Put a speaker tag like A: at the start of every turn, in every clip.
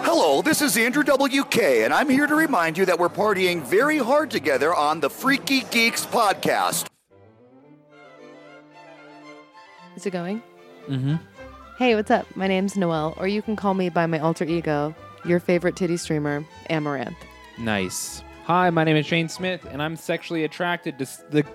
A: Hello, this is Andrew WK, and I'm here to remind you that we're partying very hard together on the Freaky Geeks podcast.
B: Is it going?
C: Mm-hmm.
B: Hey, what's up? My name's Noelle, or you can call me by my alter ego, your favorite titty streamer, Amaranth.
C: Nice. Hi, my name is Shane Smith, and I'm sexually attracted to s- the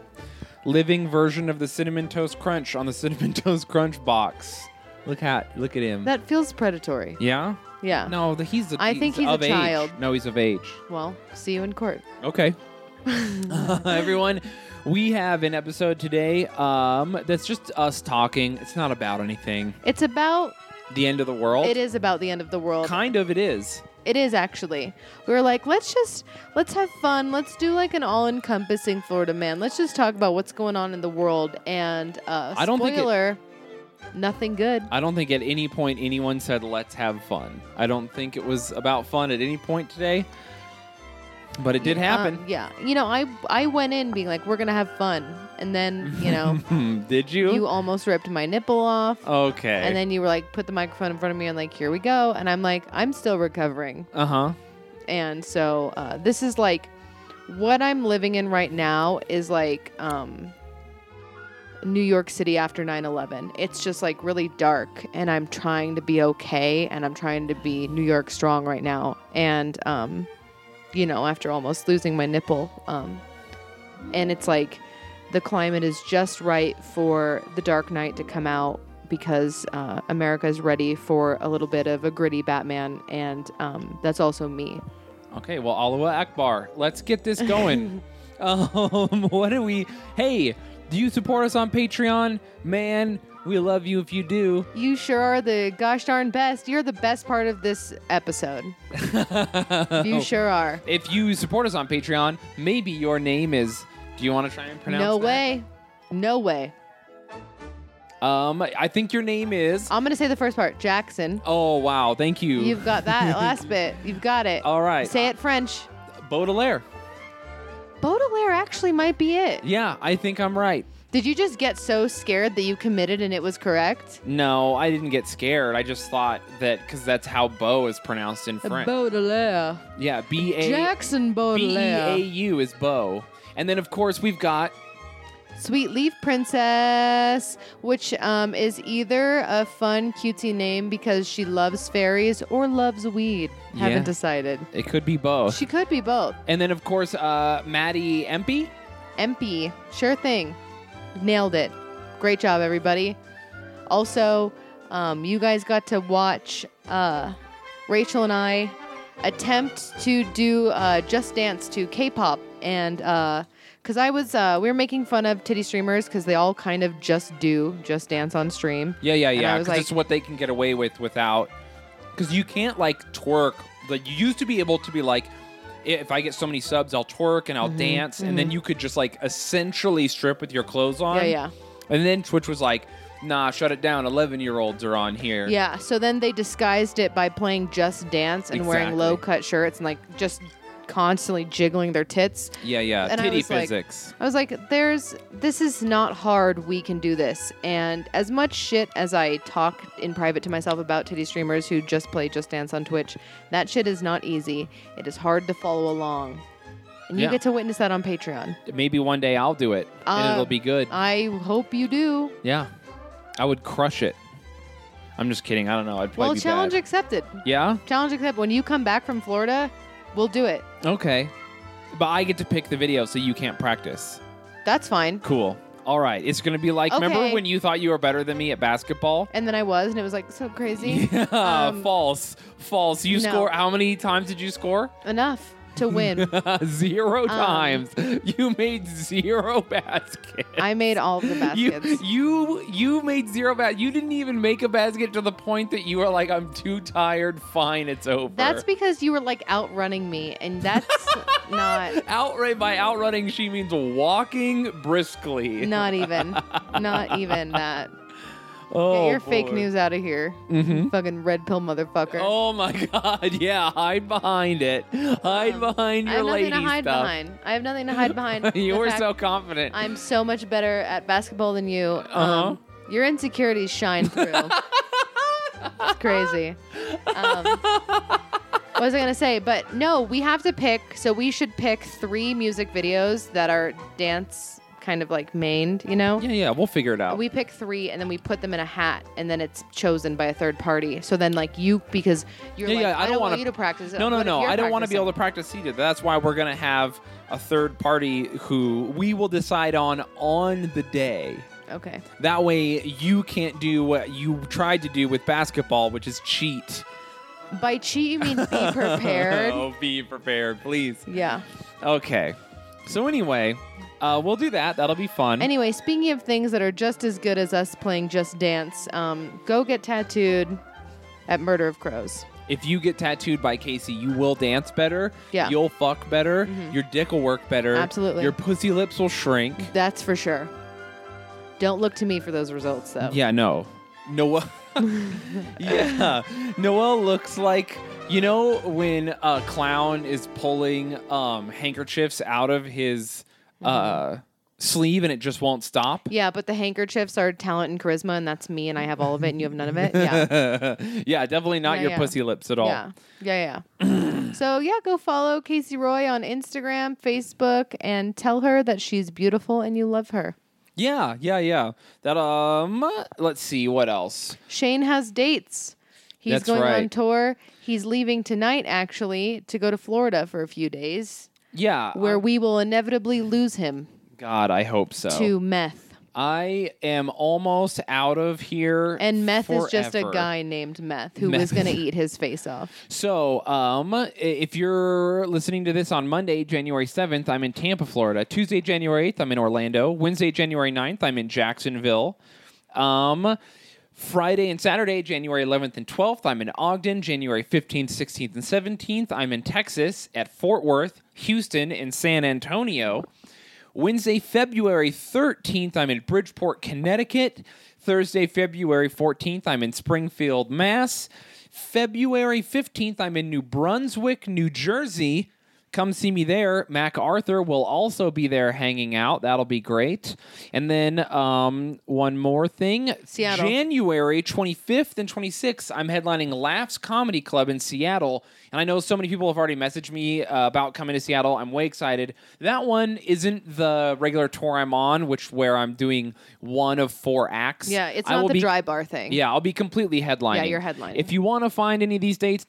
C: living version of the cinnamon toast crunch on the cinnamon toast crunch box. Look at look at him.
B: That feels predatory.
C: yeah.
B: Yeah.
C: No, the, he's. the-
B: I think he's a
C: of age.
B: child.
C: No, he's of age.
B: Well, see you in court.
C: Okay. Everyone, we have an episode today um, that's just us talking. It's not about anything.
B: It's about.
C: The end of the world.
B: It is about the end of the world.
C: Oh. Kind of. It is.
B: It is actually. We were like, let's just let's have fun. Let's do like an all-encompassing Florida man. Let's just talk about what's going on in the world. And uh,
C: I don't think it-
B: spoiler, nothing good.
C: I don't think at any point anyone said, let's have fun. I don't think it was about fun at any point today, but it did
B: Um,
C: happen.
B: yeah. You know, I I went in being like, we're gonna have fun, and then you know,
C: Hmm, did you?
B: um, you almost ripped my nipple off.
C: okay.
B: And then you were like, put the microphone in front of me and like, here we go. And I'm like, I'm still recovering.
C: uh huh.
B: And so uh, this is like, what I'm living in right now is like um, New York City after 9 11. It's just like really dark. And I'm trying to be okay. And I'm trying to be New York strong right now. And, um, you know, after almost losing my nipple. Um, and it's like, the climate is just right for The Dark Knight to come out because uh, America is ready for a little bit of a gritty Batman, and um, that's also me.
C: Okay, well, Alawa Akbar, let's get this going. um, what do we. Hey, do you support us on Patreon? Man, we love you if you do.
B: You sure are the gosh darn best. You're the best part of this episode. You sure are.
C: If you support us on Patreon, maybe your name is. Do you want to try and pronounce
B: No
C: that?
B: way. No way.
C: Um, I think your name is.
B: I'm going to say the first part Jackson.
C: Oh, wow. Thank you.
B: You've got that last bit. You've got it.
C: All right.
B: Say it French.
C: Baudelaire.
B: Baudelaire actually might be it.
C: Yeah, I think I'm right.
B: Did you just get so scared that you committed and it was correct?
C: No, I didn't get scared. I just thought that because that's how Beau is pronounced in French.
B: Baudelaire.
C: Yeah, B A
B: Jackson
C: B E A
B: Baudelaire.
C: U is Beau. And then of course we've got
B: Sweet Leaf Princess, which um, is either a fun, cutesy name because she loves fairies or loves weed.
C: Yeah. Oh.
B: Haven't decided.
C: it could be Beau.
B: She could be both.
C: And then of course uh, Maddie Empey.
B: MP, sure thing. Nailed it. Great job, everybody. Also, um, you guys got to watch uh, Rachel and I attempt to do uh, Just Dance to K-pop, and because I was, uh, we were making fun of titty streamers because they all kind of just do Just Dance on stream.
C: Yeah, yeah,
B: And I
C: yeah.
B: was
C: Because
B: like-
C: it's what they can get away with without. Because you can't like twerk. Like you used to be able to be like, "I- if I get so many subs, I'll twerk and I'll
B: Mm-hmm,
C: dance, and then you could just like essentially strip with your clothes on.
B: Yeah, yeah.
C: And then Twitch was like, nah, shut it down. Eleven year olds are on here.
B: Yeah. So then they disguised it by playing Just Dance and wearing
C: Exactly.
B: low cut shirts and like just constantly jiggling their tits.
C: yeah, yeah.
B: And I
C: Titty
B: was like-
C: physics.
B: I was like, there's this is not hard. We can do this. And as much shit as I talk in private to myself about titty streamers who just play Just Dance on Twitch, that shit is not easy. It is hard to follow along. And you
C: Yeah.
B: get to witness that on Patreon.
C: Maybe one day I'll do it, and
B: Uh,
C: it'll be good.
B: I hope you do.
C: yeah, I would crush it. I'm just kidding. I don't know. I'd probably
B: well,
C: be
B: challenge
C: bad.
B: accepted.
C: Yeah.
B: Challenge accepted. When you come back from Florida, we'll do it.
C: Okay. But I get to pick the video, so you can't practice.
B: That's fine.
C: Cool. All right. It's going to be like, remember
B: Okay.
C: when you thought you were better than me at basketball?
B: And then I was, and it was like so crazy.
C: Yeah,
B: Um,
C: false. False. You
B: no.
C: score. How many times did you score?
B: Enough to win.
C: zero
B: um,
C: times. You made zero baskets.
B: I made all of the baskets.
C: You, you you made zero bas. You didn't even make a basket to the point that you were like, I'm too tired. Fine, it's over.
B: That's because you were like outrunning me, and that's not
C: outright by outrunning. She means walking briskly.
B: not even not even that.
C: oh,
B: Get your fake
C: boy.
B: news out of here,
C: Mhm.
B: fucking red pill motherfucker.
C: Oh my god, yeah, hide behind it. Hide
B: Um,
C: behind
B: I
C: your
B: have nothing
C: lady
B: to hide
C: stuff.
B: behind. I have nothing to hide behind.
C: you
B: The
C: were
B: fact
C: so confident.
B: I'm so much better at basketball than you.
C: Uh-huh.
B: Um, your insecurities shine through. it's crazy. Um, what was I gonna say? But no, we have to pick. So we should pick three music videos that are dance kind of like mained. You know.
C: Yeah, yeah, we'll figure it out.
B: We pick three, and then we put them in a hat, and then it's chosen by a third party. So then, like you, because you're
C: yeah,
B: like,
C: yeah. I,
B: don't
C: want
B: want you to practice. it.
C: No, no,
B: What if
C: no.
B: you're
C: I don't want to be
B: practicing?
C: able to practice seated. That's why we're gonna have a third party who we will decide on on the day.
B: Okay.
C: That way, you can't do what you tried to do with basketball, which is cheat.
B: By cheat, you mean be prepared.
C: oh, be prepared, please.
B: yeah.
C: Okay. So anyway, uh, we'll do that. That'll be fun.
B: Anyway, speaking of things that are just as good as us playing Just Dance, um, go get tattooed at Murder of Crows.
C: if you get tattooed by Casey, you will dance better.
B: Yeah. Mm-hmm.
C: You'll fuck better. Your dick will work better.
B: Absolutely.
C: Your pussy lips will shrink.
B: That's for sure. Don't look to me for those results, though.
C: Yeah, no. Noel. yeah. Noel looks like you know when a clown is pulling um, handkerchiefs out of his
B: Mm-hmm.
C: uh, sleeve and it just won't stop.
B: Yeah, but the handkerchiefs are talent and charisma, and that's me, and I have all of it, and you have none of it. Yeah.
C: yeah, definitely not
B: Yeah,
C: your
B: yeah.
C: pussy lips at all.
B: Yeah. Yeah, yeah. so, yeah, go follow Casey Roy on Instagram, Facebook, and tell her that she's beautiful and you love her.
C: Yeah, yeah, yeah. That um let's see what else.
B: Shane has dates. He's
C: That's
B: going on
C: right.
B: tour. He's leaving tonight, actually, to go to Florida for a few days,
C: Yeah.
B: where
C: um,
B: we will inevitably lose him
C: God, I hope so.
B: to meth.
C: I am almost out of here.
B: And meth is just a
C: forever.
B: guy named Meth who is
C: Meth.
B: going to eat his face off.
C: So, um, i- if you're listening to this on Monday, January 7th, I'm in Tampa, Florida. Tuesday, January 8th, I'm in Orlando. Wednesday, January 9th, I'm in Jacksonville. Um, Friday and Saturday, January 11th and 12th, I'm in Ogden. January 15th, 16th, and 17th, I'm in Texas at Fort Worth, Houston, and San Antonio. Wednesday, February 13th, I'm in Bridgeport, Connecticut. Thursday, February 14th, I'm in Springfield, Mass. February 15th, I'm in New Brunswick, New Jersey. Come see me there. Mac Arthur will also be there hanging out. That'll be great. And then um, one more thing
B: Seattle.
C: January 25th and 26th, I'm headlining Laughs Comedy Club in Seattle. And I know so many people have already messaged me uh, about coming to Seattle. I'm way excited. That one isn't the regular tour I'm on, which where I'm doing one of four acts.
B: Yeah, it's
C: I
B: not
C: will
B: the
C: be-
B: dry bar thing.
C: Yeah, I'll be completely headlining.
B: you're headlining.
C: If you want to find any of these dates,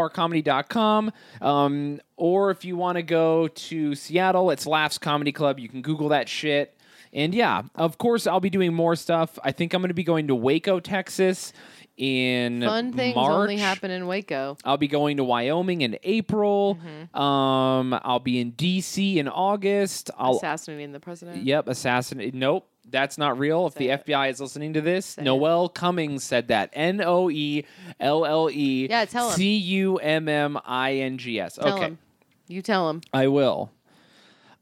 C: tour.drybarcomedy.com. Um, or if you want to go to Seattle, it's Laughs Comedy Club. You can Google that shit. And yeah, of course, I'll be doing more stuff. I think I'm going to be going to Waco, Texas in
B: Fun things
C: March.
B: only happen in Waco.
C: I'll be going to Wyoming in April.
B: Mm-hmm.
C: Um, I'll be in DC in August. I'll
B: Assassinating the president.
C: Yep, assassin. Nope, that's not real. If the FBI is listening to this, Noel Cummings said that. N O E L L E.
B: Yeah, tell 'em.
C: C U M M I N G S.
B: Tell
C: Okay,
B: him. You tell him.
C: I will.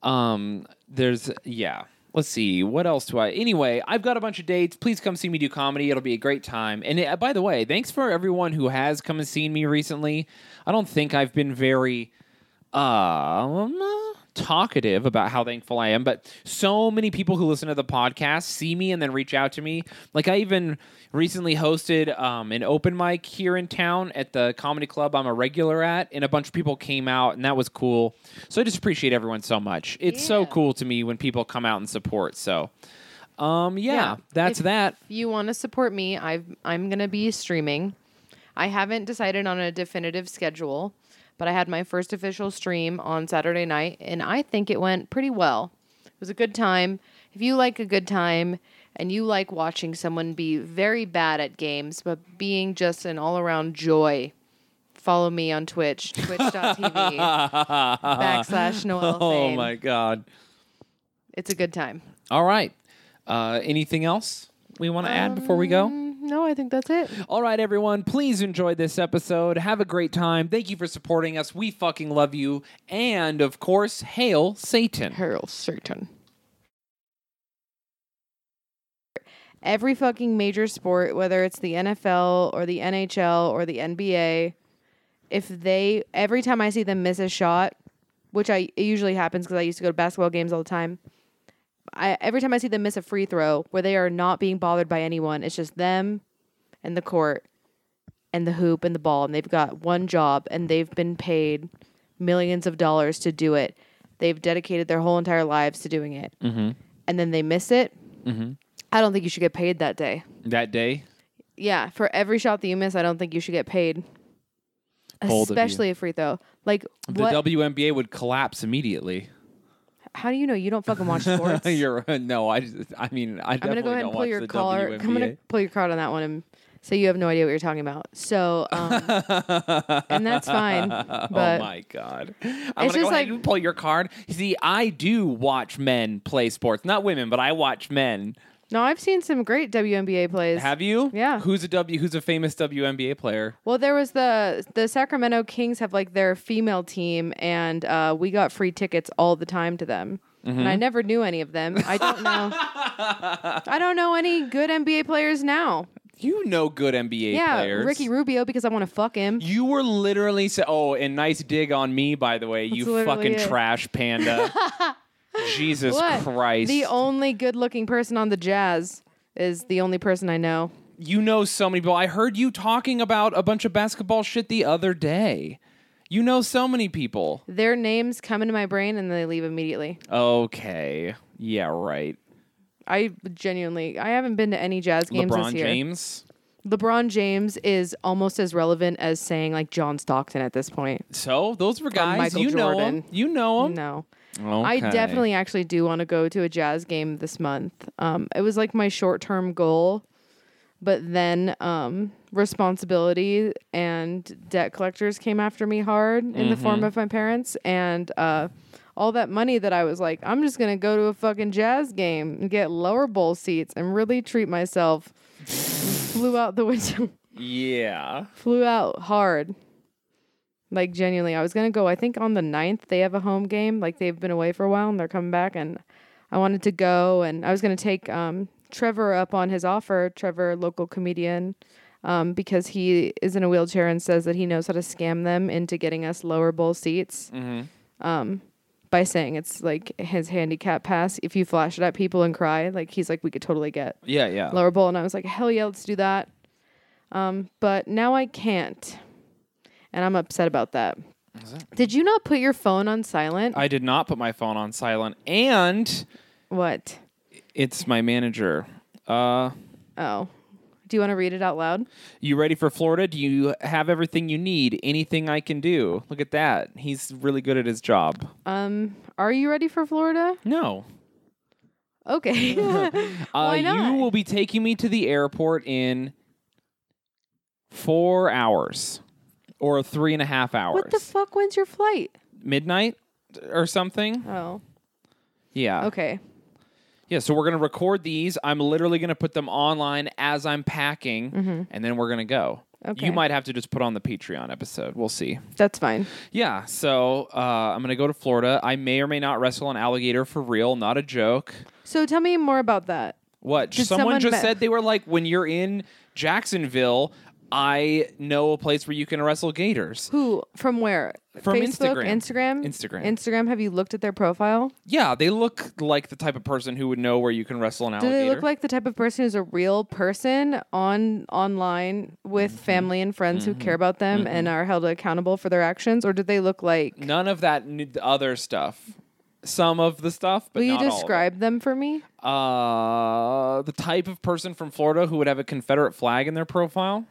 C: Um, there's yeah. Let's see. What else do I? Anyway, I've got a bunch of dates. Please come see me do comedy. It'll be a great time. And uh, by the way, thanks for everyone who has come and seen me recently. I don't think I've been very um talkative about how thankful I am, but so many people who listen to the podcast see me and then reach out to me. Like I even recently hosted um, an open mic here in town at the comedy club I'm a regular at, and a bunch of people came out, and that was cool. So I just appreciate everyone so much. It's so
B: Yeah.
C: cool to me when people come out and support. So, um, yeah,
B: Yeah.
C: that's
B: If-
C: that.
B: If you want to support me, I've I'm gonna be streaming. I haven't decided on a definitive schedule, but I had my first official stream on Saturday night, and I think it went pretty well. It was a good time. If you like a good time and you like watching someone be very bad at games, but being just an all around joy, follow me on Twitch, twitch.tv backslash Noel.
C: Oh
B: Fain.
C: my god!
B: It's a good time.
C: All right. Uh, anything else we want to add before we go?
B: Mm, No, I think that's it.
C: All right, everyone, please enjoy this episode. Have a great time. Thank you for supporting us. We fucking love you. And of course, hail Satan.
B: Harold Satan. Every fucking major sport, whether it's the NFL or the NHL or the NBA, if they every time I see them miss a shot, which I it usually happens because I used to go to basketball games all the time. I every time I see them miss a free throw where they are not being bothered by anyone, it's just them and the court. and the hoop and the ball, and they've got one job and they've been paid millions of dollars to do it. They've dedicated their whole entire lives to doing it,
C: Mm-hmm.
B: and then they miss it. I don't think you should get paid that day.
C: that day.
B: Yeah, for every shot that you miss, I don't think you should get paid.
C: Bold of you.
B: Especially a free throw. Like
C: The
B: what?
C: WNBA would collapse immediately.
B: how do you know you don't fucking watch sports?
C: You're no, I. Just, I mean, I
B: I'm gonna
C: definitely
B: go ahead and
C: don't
B: pull
C: watch
B: your
C: the
B: collar.
C: WNBA.
B: I'm gonna pull your card on that one and say you have no idea what you're talking about. So, um, and that's fine. But
C: oh my god! I'm gonna
B: just
C: go
B: like-
C: ahead and pull your card. See, I do watch men play sports, not women, but I watch men.
B: no, I've seen some great WNBA plays.
C: Have you?
B: Yeah.
C: Who's a W? Who's a famous WNBA player?
B: well, there was the the Sacramento Kings have like their female team, and uh, we got free tickets all the time to them. And
C: Mm-hmm.
B: I never knew any of them. I don't know. I don't know any good NBA players now.
C: You know, good NBA
B: yeah,
C: players.
B: Ricky Rubio because I want to fuck him.
C: You were literally sa oh, and nice dig on me, by the way, you
B: literally
C: fucking
B: it.
C: trash panda. Jesus
B: What?
C: Christ.
B: The only good-looking person on the Jazz is the only person I know.
C: you know so many people. I heard you talking about a bunch of basketball shit the other day. You know so many people.
B: Their names come into my brain and they leave immediately.
C: Oh. Okay. Yeah, right.
B: I genuinely, I haven't been to any jazz games
C: LeBron
B: this year.
C: James.
B: LeBron James is almost as relevant as saying like John Stockton at this point.
C: So those were guys.
B: Michael
C: You know
B: Jordan.
C: 'em. You know them.
B: No,
C: Oh. Okay.
B: I definitely actually do want to go to a jazz game this month. Um, it was like my short-term goal, but then um, responsibility and debt collectors came after me hard in the form of my parents and. Uh, all that money that I was like, I'm just gonna go to a fucking jazz game and get lower bowl seats and really treat myself. flew out the window,
C: Yeah.
B: flew out hard. Like genuinely, I was gonna go. I think on the 9th they have a home game. Like they've been away for a while and they're coming back. And I wanted to go, and I was gonna take um, Trevor up on his offer. Trevor, local comedian, um, because he is in a wheelchair and says that he knows how to scam them into getting us lower bowl seats um, by saying it's like his handicap pass. If you flash it at people and cry, like he's like, we could totally get
C: Yeah. Yeah.
B: lower bowl, and I was like, hell yeah, let's do that. Um, but now I can't, and I'm upset about that. Did you not put your phone on silent?
C: I did not put my phone on silent, and
B: what?
C: it's my manager. Uh,
B: Oh, do you want to read it out loud?
C: You ready for Florida? Do you have everything you need? Anything I can do? Look at that. He's really good at his job.
B: Um, are you ready for Florida?
C: No.
B: Okay.
C: Uh,
B: Why not?
C: You will be taking me to the airport in four hours or three and a half hours.
B: what the fuck? When's your flight?
C: Midnight or something?
B: Oh,
C: Yeah.
B: okay.
C: Yeah, so we're going to record these. I'm literally going to put them online as I'm packing, and then we're going to go.
B: Mm-hmm. Okay.
C: You might have to just put on the Patreon episode. We'll see.
B: That's fine.
C: Yeah, so uh, I'm gonna go to Florida. I may or may not wrestle an alligator for real, not a joke.
B: So tell me more about that.
C: What?
B: Did
C: someone,
B: someone
C: just
B: bet-
C: said they were like, when you're in Jacksonville, I know a place where you can wrestle gators.
B: Who? From where?
C: From
B: Facebook,
C: Instagram.
B: Instagram,
C: Instagram.
B: Instagram. Have you looked at their profile?
C: Yeah, they look like the type of person who would know where you can wrestle an
B: Do
C: alligator.
B: they look like the type of person who's a real person on online with
C: Mm-hmm.
B: family and friends who care about them and are held accountable for their actions, or do they look like?
C: None of that n- other stuff. Some of the stuff, but
B: Will you
C: not all of it.
B: describe them for me?
C: uh, the type of person from Florida who would have a Confederate flag in their profile?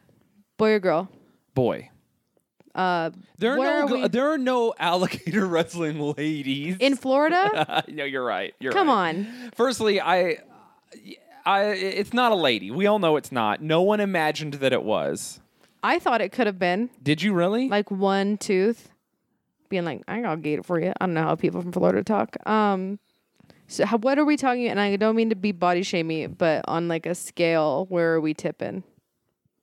B: Boy or girl?
C: Boy.
B: Uh,
C: There are
B: Where
C: no
B: are
C: go-
B: we-
C: there are no alligator wrestling ladies.
B: in Florida?
C: no, you're right. You're
B: Come
C: right.
B: on.
C: Firstly, I, I, it's not a lady. We all know it's not. No one imagined that it was.
B: I thought it could have been
C: Did you really?
B: like one tooth, being like, "I got gator for you." I don't know how people from Florida talk. Um, so how, what are we talking? And I don't mean to be body shaming, but on like a scale, where are we tipping?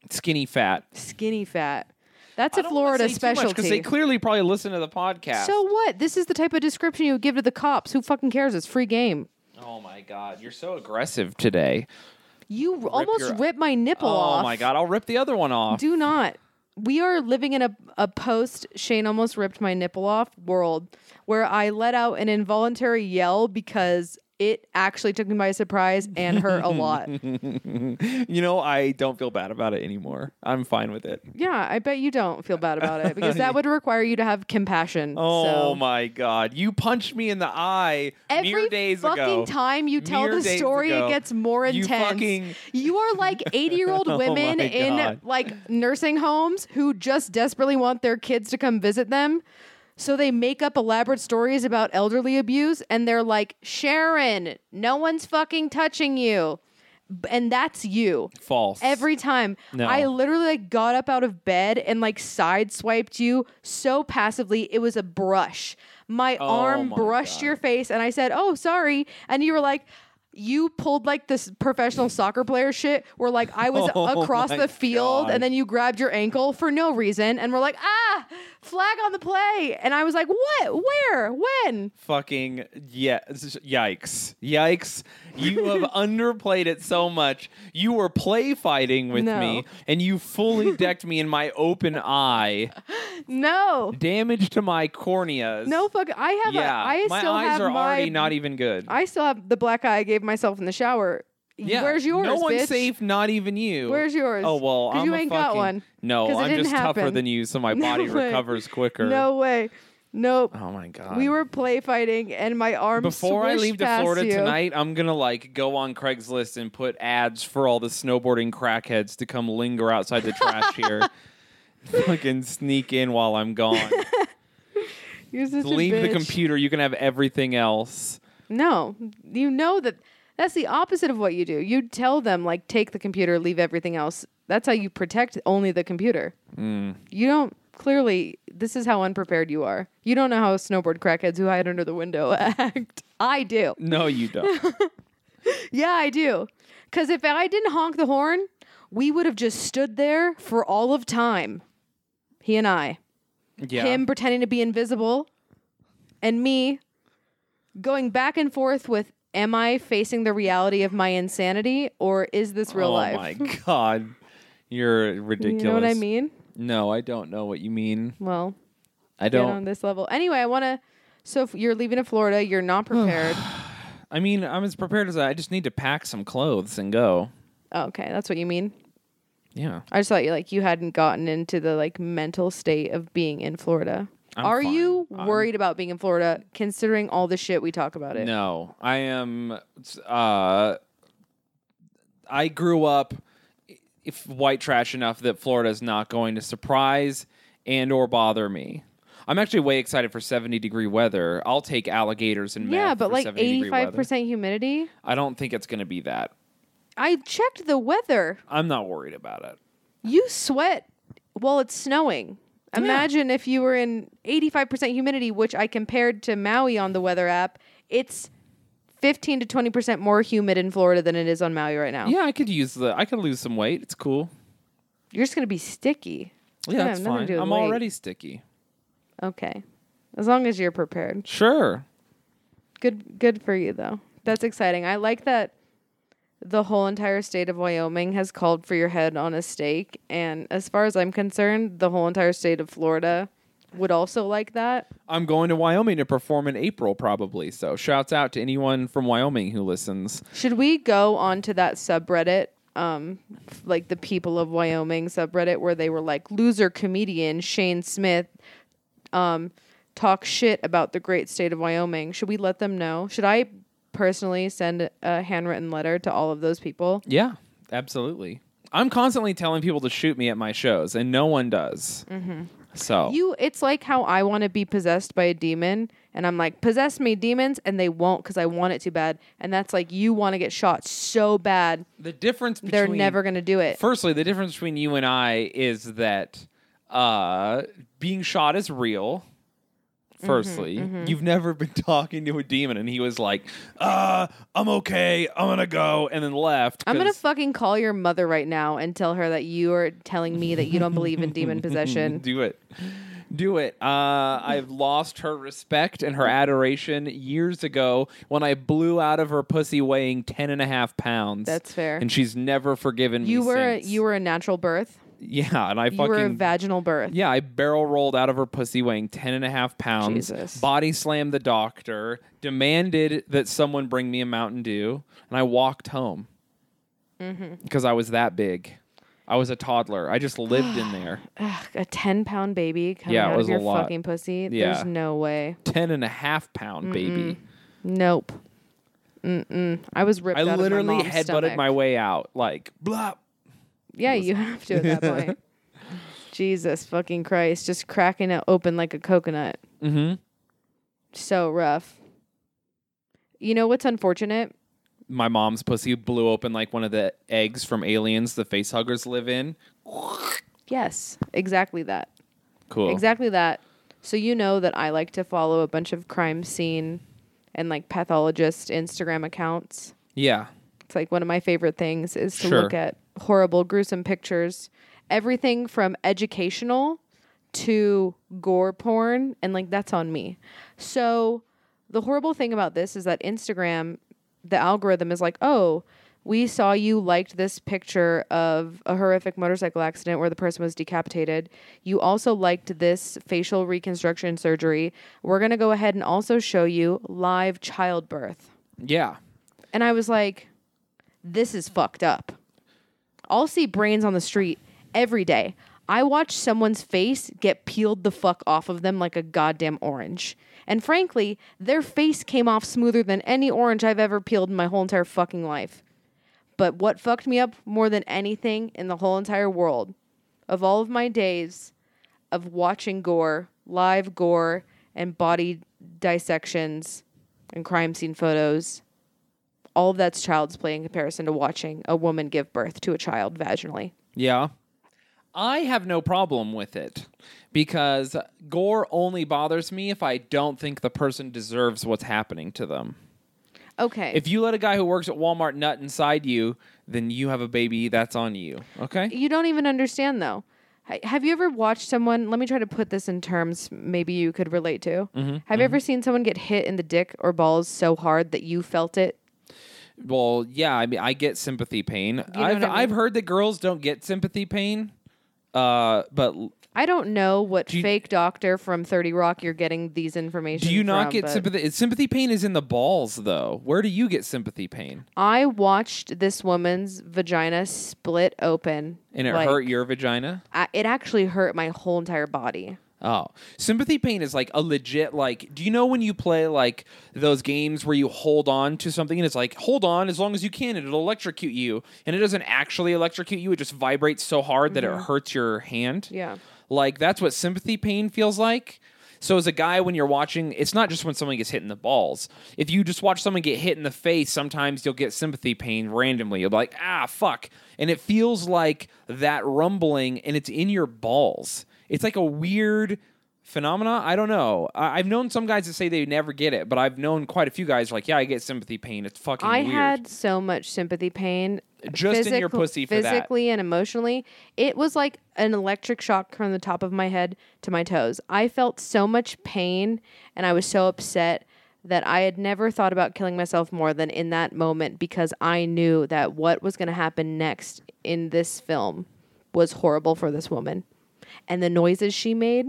C: Skinny fat.
B: Skinny fat. That's a Florida specialty.
C: because they clearly probably listen to the podcast.
B: So what? This is the type of description you would give to the cops. Who fucking cares? It's free game.
C: oh my god, you're so aggressive today.
B: You almost
C: your-
B: ripped my nipple off.
C: Oh my god, I'll rip the other one off.
B: Do not. We are living in a, a post Shane almost ripped my nipple off world where I let out an involuntary yell because it actually took me by surprise and hurt a lot.
C: you know, I don't feel bad about it anymore. I'm fine with it.
B: yeah, I bet you don't feel bad about it because that would require you to have compassion.
C: Oh
B: so.
C: my god, you punched me in the eye
B: Every
C: mere days
B: fucking
C: ago.
B: time you tell
C: Mere
B: the
C: days
B: story,
C: ago.
B: it gets more
C: You
B: intense.
C: fucking-
B: You are like 80 year old
C: Oh
B: women
C: my God.
B: in like nursing homes who just desperately want their kids to come visit them. So they make up elaborate stories about elderly abuse and they're like, Sharon, no one's fucking touching you. B- And that's you.
C: False.
B: Every time
C: No.
B: I literally like got up out of bed and like side swiped you so passively, it was a brush. My
C: Oh
B: arm
C: my
B: brushed
C: God.
B: your face, and I said, "Oh, sorry," and you were like. You pulled like this professional soccer player shit where like I was
C: Oh
B: across
C: my
B: the field
C: God.
B: and then you grabbed your ankle for no reason and we're like, ah, flag on the play. And I was like, what? Where? When?
C: fucking yeah yikes yikes you have underplayed it so much you were play fighting with
B: No.
C: me and you fully decked me in my open eye
B: No.
C: damage to my corneas
B: No fuck I have
C: yeah
B: a I
C: my
B: still
C: eyes
B: have
C: are
B: my
C: already not even good
B: I still have the black eye I gave myself in the shower.
C: yeah
B: Where's yours?
C: no one's
B: bitch?
C: safe not even you
B: Where's yours?
C: oh well
B: 'Cause
C: I'm
B: you
C: a
B: ain't
C: fucking,
B: got one.
C: no
B: 'Cause it
C: I'm
B: didn't
C: just tougher
B: happen.
C: than you so my
B: No
C: body
B: way.
C: recovers quicker
B: No way. Nope.
C: oh my god
B: we were play fighting, and my arm.
C: Before I
B: swished
C: leave to
B: past
C: Florida
B: you.
C: tonight, I'm gonna like go on Craigslist and put ads for all the snowboarding crackheads to come linger outside the trash here. Fucking sneak in while I'm gone.
B: You're such a
C: leave the
B: bitch.
C: computer. You can have everything else.
B: No, you know that. That's the opposite of what you do. You tell them like, take the computer, leave everything else. That's how you protect only the computer.
C: Mm.
B: You don't. Clearly, this is how unprepared you are. You don't know how snowboard crackheads who hide under the window act. I do.
C: No, you don't.
B: Yeah, I do. Because if I didn't honk the horn, we would have just stood there for all of time. He and I.
C: Yeah.
B: Him pretending to be invisible and me going back and forth with am I facing the reality of my insanity or is this real
C: oh
B: life?
C: my god, you're ridiculous.
B: You know what I mean?
C: No, I don't know what you mean.
B: Well,
C: I
B: get on
C: don't.
B: this level. Anyway, I want to. So if you're leaving to Florida, you're not prepared.
C: I mean, I'm as prepared as I. I just need to pack some clothes and go.
B: Oh, okay, that's what you mean.
C: Yeah.
B: I just thought you like you hadn't gotten into the like mental state of being in Florida.
C: I'm
B: Are
C: fine.
B: you
C: I'm-
B: worried about being in Florida considering all the shit we talk about it?
C: No, I am. Uh, I grew up if white trash enough that Florida is not going to surprise and or bother me. I'm actually way excited for 70 degree weather. I'll take alligators and
B: Yeah,
C: meth
B: but
C: for
B: like
C: 70 degree
B: eighty-five
C: weather.
B: percent humidity.
C: I don't think it's going to be that.
B: I checked the weather.
C: I'm not worried about it.
B: You sweat while it's snowing. Imagine if you were in eighty-five percent humidity, which I compared to Maui on the weather app. It's fifteen to twenty percent more humid in Florida than it is on Maui right now.
C: Yeah, I could use the. I could lose some weight. It's cool.
B: You're just gonna be sticky. It's
C: Yeah,
B: gonna
C: it's
B: have nothing to
C: fine.
B: do with
C: I'm
B: weight.
C: already sticky.
B: okay. As long as you're prepared.
C: Sure.
B: Good good for you though. That's exciting. I like that the whole entire state of Wyoming has called for your head on a stake and as far as I'm concerned, the whole entire state of Florida would also like that.
C: I'm going to Wyoming to perform in April, probably. So, shouts out to anyone from Wyoming who listens.
B: Should we go onto that subreddit um f- like the people of Wyoming subreddit where they were like loser comedian Shane Smith um talk shit about the great state of Wyoming. Should we let them know? Should I personally send a handwritten letter to all of those people?
C: Yeah, absolutely. I'm constantly telling people to shoot me at my shows, and no one does. Mm-hmm. So
B: You, it's like how I want to be possessed by a demon, and I'm like, possess me, demons, and they won't because I want it too bad. And that's like, you want to get shot so bad,
C: the difference between
B: they're never going to do it.
C: Firstly, the difference between you and I is that uh, being shot is real.
B: Mm-hmm,
C: Firstly, you've never been talking to a demon, and he was like, "Uh, I'm okay. I'm gonna go," and then left.
B: I'm gonna
C: 'cause-
B: fucking call your mother right now and tell her that you are telling me that you don't believe in demon possession.
C: Do it. Do it. Uh, I've lost her respect and her adoration years ago when I blew out of her pussy weighing 10 and a half pounds.
B: That's fair.
C: And she's never forgiven me
B: You were a,
C: since.
B: you were a natural birth.
C: yeah, and I
B: You were a
C: fucking
B: vaginal birth.
C: yeah, I barrel rolled out of her pussy weighing 10 and a half pounds.
B: Jesus.
C: Body slammed the doctor, demanded that someone bring me a Mountain Dew, and I walked home
B: Mm-hmm.
C: because I was that big. I was a toddler. I just lived in there.
B: Ugh, a ten pound baby coming
C: Yeah, it
B: out
C: was
B: of
C: a
B: your
C: lot.
B: fucking pussy.
C: Yeah.
B: There's no way.
C: 10 and a half pound baby.
B: Nope. Mm-mm. I was ripped.
C: I
B: out of my
C: literally
B: mom's
C: headbutted
B: stomach.
C: my way out. Like, blah.
B: Yeah, you have to at that point. Jesus fucking Christ, just cracking it open like a coconut.
C: Mm-hmm.
B: So rough. You know what's unfortunate?
C: My mom's pussy blew open like one of the eggs from aliens the face huggers live in.
B: Yes, exactly that.
C: Cool.
B: Exactly that. So you know that I like to follow a bunch of crime scene and like pathologist Instagram accounts.
C: Yeah.
B: It's like one of my favorite things is to
C: Sure.
B: look at horrible, gruesome pictures. Everything from educational to gore porn, and like that's on me. So the horrible thing about this is that Instagram, the algorithm is like, oh, we saw you liked this picture of a horrific motorcycle accident where the person was decapitated. You also liked this facial reconstruction surgery. We're going to go ahead and also show you live childbirth.
C: Yeah.
B: And I was like, this is fucked up. I'll see brains on the street every day. I watch someone's face get peeled the fuck off of them like a goddamn orange. And frankly, their face came off smoother than any orange I've ever peeled in my whole entire fucking life. But what fucked me up more than anything in the whole entire world of all of my days of watching gore, live gore, and body dissections and crime scene photos all of that's child's play in comparison to watching a woman give birth to a child vaginally.
C: Yeah. I have no problem with it because gore only bothers me if I don't think the person deserves what's happening to them.
B: Okay.
C: If you let a guy who works at Walmart nut inside you, then you have a baby that's on you. Okay?
B: you don't even understand though. H- Have you ever watched someone? Let me try to put this in terms maybe you could relate to.
C: Mm-hmm,
B: Have you ever seen someone get hit in the dick or balls so hard that you felt it?
C: Well, yeah, I mean I get sympathy pain.
B: what
C: I've
B: I mean?
C: I've heard that girls don't get sympathy pain. Uh but l-
B: I don't know what
C: you-
B: fake doctor from 30 Rock you're getting these information
C: do you not
B: from,
C: get
B: but-
C: sympathy sympathy pain is in the balls though. Where do you get sympathy pain?
B: I watched this woman's vagina split open.
C: And it
B: like,
C: hurt your vagina?
B: I, it actually hurt my whole entire body.
C: Oh, sympathy pain is like a legit like. Do you know when you play like those games where you hold on to something and it's like hold on as long as you can and it'll electrocute you and it doesn't actually electrocute you. It just vibrates so hard that it hurts your hand.
B: Mm-hmm. Yeah.
C: like that's what sympathy pain feels like. So as a guy, when you're watching, it's not just when someone gets hit in the balls. If you just watch someone get hit in the face, sometimes you'll get sympathy pain randomly. You'll be like, ah, fuck, and it feels like that rumbling, and it's in your balls. It's like a weird phenomena. I don't know. I- I've known some guys that say they never get it, but I've known quite a few guys like, yeah, I get sympathy pain. It's fucking
B: I
C: weird.
B: had so much sympathy pain.
C: Just in your pussy for that.
B: Physically and emotionally. It was like an electric shock from the top of my head to my toes. I felt so much pain and I was so upset that I had never thought about killing myself more than in that moment because I knew that what was going to happen next in this film was horrible for this woman. And the noises she made,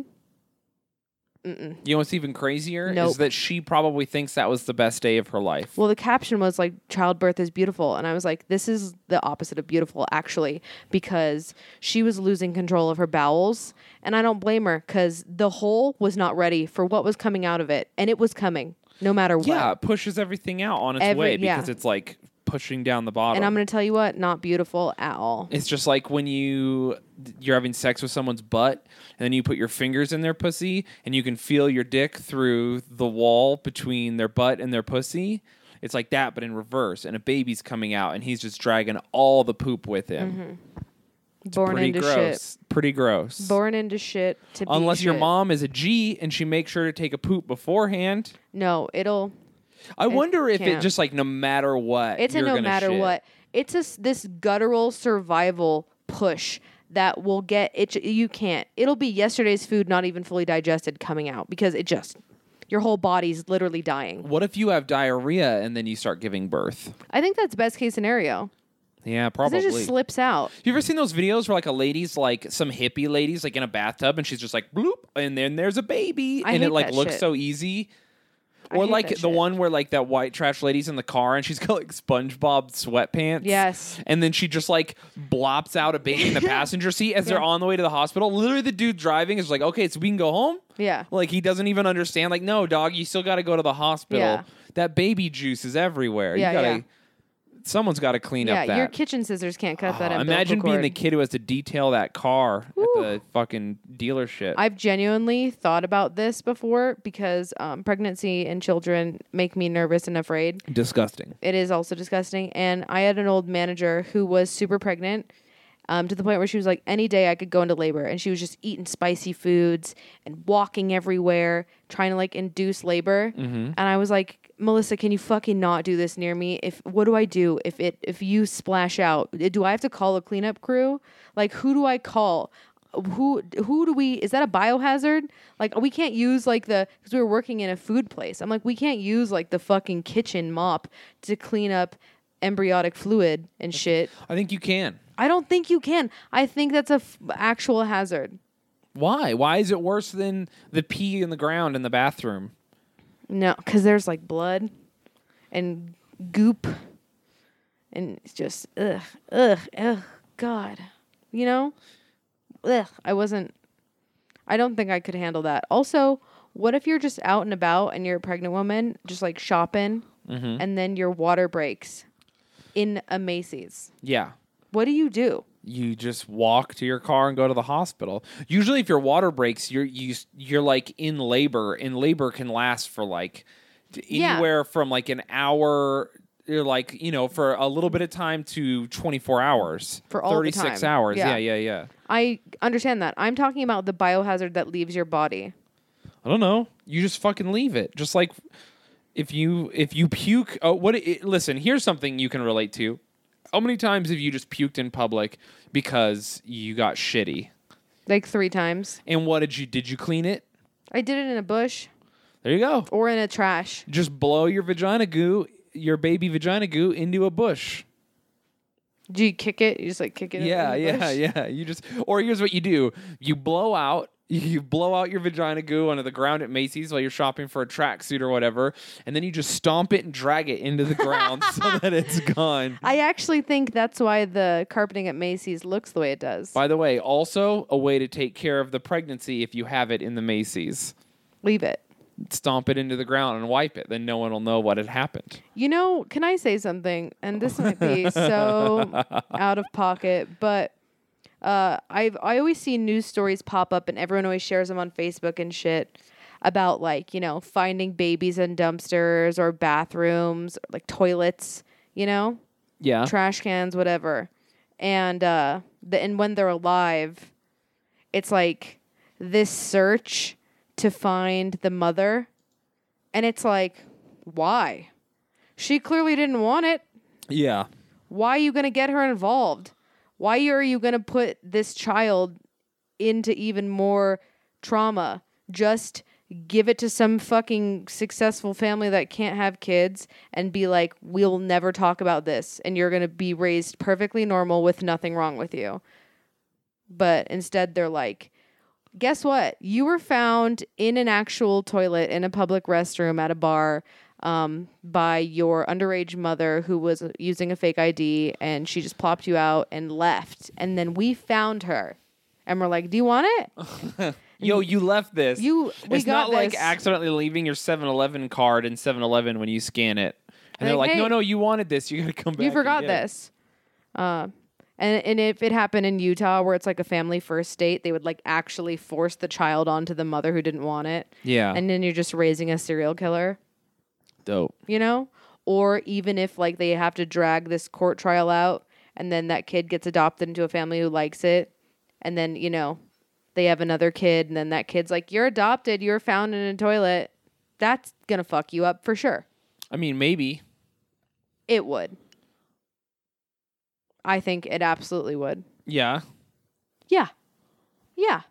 C: you know what's even crazier is
B: Nope.
C: that she probably thinks that was the best day of her life.
B: Well, the caption was like childbirth is beautiful and I was like this is the opposite of beautiful actually because she was losing control of her bowels and I don't blame her cuz the hole was not ready for what was coming out of it and it was coming no matter what.
C: Yeah, it pushes everything out on its
B: Every-
C: way because
B: yeah.
C: it's like pushing down the bottom.
B: And I'm going to tell you what, not beautiful at all.
C: it's just like when you you're having sex with someone's butt and then you put your fingers in their pussy and you can feel your dick through the wall between their butt and their pussy. It's like that but in reverse and a baby's coming out and he's just dragging all the poop with him.
B: Mm-hmm. Born
C: Pretty
B: into shit.
C: gross. Pretty gross.
B: Born into shit to be
C: Unless your
B: shit.
C: mom is a G and she makes sure to take a poop beforehand.
B: No, it'll
C: I wonder if it
B: can't.
C: just like no matter what.
B: It's
C: you're
B: a no
C: gonna
B: matter
C: shit.
B: what. It's a s this guttural survival push that will get it. You can't. It'll be yesterday's food, not even fully digested, coming out because it just your whole body's literally dying.
C: What if you have diarrhea and then you start giving birth?
B: I think that's best case scenario.
C: Yeah,
B: 'Cause
C: probably.
B: It just slips out.
C: You ever seen those videos where like a lady's like some hippie lady's like in a bathtub and she's just like bloop and then there's a baby
B: I
C: and it
B: hate
C: like
B: that
C: looks
B: shit.
C: so easy.
B: I
C: Or
B: hate
C: like
B: that
C: the
B: shit.
C: one where like that white trash lady's in the car and she's got like SpongeBob sweatpants.
B: Yes.
C: And then she just like blops out a baby in the passenger seat as they're on the way to the hospital. Literally the dude driving is like, okay, so we can go home.
B: Yeah.
C: Like he doesn't even understand. Like, no, dog, you still got to go to the hospital.
B: Yeah.
C: That baby juice is everywhere.
B: Yeah,
C: you gotta,
B: yeah.
C: someone's got to clean
B: Yeah,
C: up that.
B: your kitchen scissors can't cut that
C: Oh,
B: umbilical
C: imagine being the
B: cord.
C: kid who has to detail that car
B: Whew.
C: at the fucking dealership.
B: I've genuinely thought about this before because um, pregnancy and children make me nervous and afraid.
C: Disgusting.
B: It is also disgusting. And I had an old manager who was super pregnant um, to the point where she was like, any day I could go into labor. And she was just eating spicy foods and walking everywhere, trying to like induce labor. And I was like, Melissa, can you fucking not do this near me? If what do I do if it if you splash out? Do I have to call a cleanup crew? Like who do I call? Who who do we? Is that a biohazard? Like we can't use like the because we were working in a food place. I'm like we can't use like the fucking kitchen mop to clean up embryotic fluid and shit.
C: I think you can.
B: I don't think you can. I think that's a f- actual hazard.
C: Why? Why is it worse than the pee in the ground in the bathroom?
B: No, because there's like blood and goop, and it's just ugh, ugh, ugh, God, you know, ugh. I wasn't. I don't think I could handle that. Also, what if you're just out and about and you're a pregnant woman, just like shopping, and then your water breaks in a Macy's?
C: Yeah.
B: What do you do?
C: You just walk to your car and go to the hospital. Usually, if your water breaks, you're you, you're like in labor, and labor can last for like t-
B: Yeah.
C: anywhere from like an hour. You're like you know for a little bit of time to 24 hours
B: For all the
C: 36
B: time.
C: hours.
B: Yeah.
C: yeah, yeah, yeah.
B: I understand that. I'm talking about the biohazard that leaves your body.
C: I don't know. You just fucking leave it. Just like if you if you puke. Oh, what? It, listen, here's something you can relate to. How many times have you just puked in public because you got shitty?
B: Like three times.
C: And what did you did you clean it?
B: I did it in a bush
C: There you go.
B: or in a trash.
C: Just blow your vagina goo, your baby vagina goo, into a bush.
B: Do you kick it? You just like kick it. in
C: yeah,
B: the
C: yeah,
B: bush?
C: yeah. You just or here's what you do: you blow out, you blow out your vagina goo onto the ground at Macy's while you're shopping for a tracksuit or whatever, and then you just stomp it and drag it into the ground so that it's gone.
B: I actually think that's why the carpeting at Macy's looks the way it does.
C: By the way, also a way to take care of the pregnancy if you have it in the Macy's:
B: Leave it.
C: stomp it into the ground and wipe it. Then no one will know what had happened.
B: You know, can I say something? And this might be so out of pocket, but uh, I've I always see news stories pop up, and everyone always shares them on Facebook and shit about like you know finding babies in dumpsters or bathrooms, like toilets, you know,
C: Yeah,
B: trash cans, whatever. And uh, the, and when they're alive, it's like this search to find the mother, and it's like, why? She clearly didn't want it.
C: yeah.
B: Why are you gonna get her involved? Why are you gonna put this child into even more trauma? Just give it to some fucking successful family that can't have kids and be like, we'll never talk about this. And you're gonna be raised perfectly normal with nothing wrong with you. But instead, they're like, guess what? You were found in an actual toilet in a public restroom at a bar um, by your underage mother who was using a fake ID and she just plopped you out and left. And then we found her and we're like, Do you want it?
C: Yo, you left this.
B: You- we
C: it's
B: got
C: not like
B: this.
C: accidentally leaving your 7-Eleven card in 7-Eleven when you scan it, and they're
B: Like,
C: like, "No,
B: hey,
C: no, you wanted this. You gotta come back."
B: You
C: and
B: forgot
C: get it."
B: this. Uh, and, and if it happened in Utah where it's like a family first date, they would like actually force the child onto the mother who didn't want it.
C: Yeah,
B: And then you're just raising a serial killer.
C: dope.
B: you know? Or even if like they have to drag this court trial out and then that kid gets adopted into a family who likes it and then, you know, they have another kid and then that kid's like, "You're adopted, you're found in a toilet." That's going to fuck you up for sure.
C: I mean, maybe.
B: It would. I think it absolutely would.
C: Yeah,
B: Yeah. Yeah.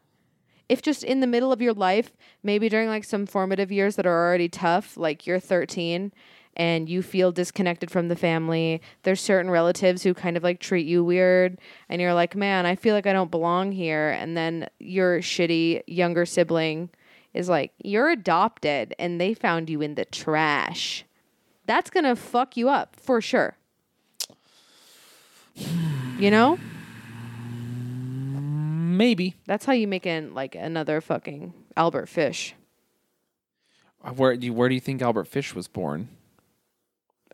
B: If just in the middle of your life, maybe during like some formative years that are already tough, like you're 13 and you feel disconnected from the family. There's certain relatives who kind of like treat you weird and you're like, "Man, I feel like I don't belong here." And then your shitty younger sibling is like, "You're adopted and they found you in the trash." That's going to fuck you up for sure. You know?
C: Maybe.
B: That's how you make an like another fucking Albert Fish.
C: Uh, Where do you, where do you think Albert Fish was born?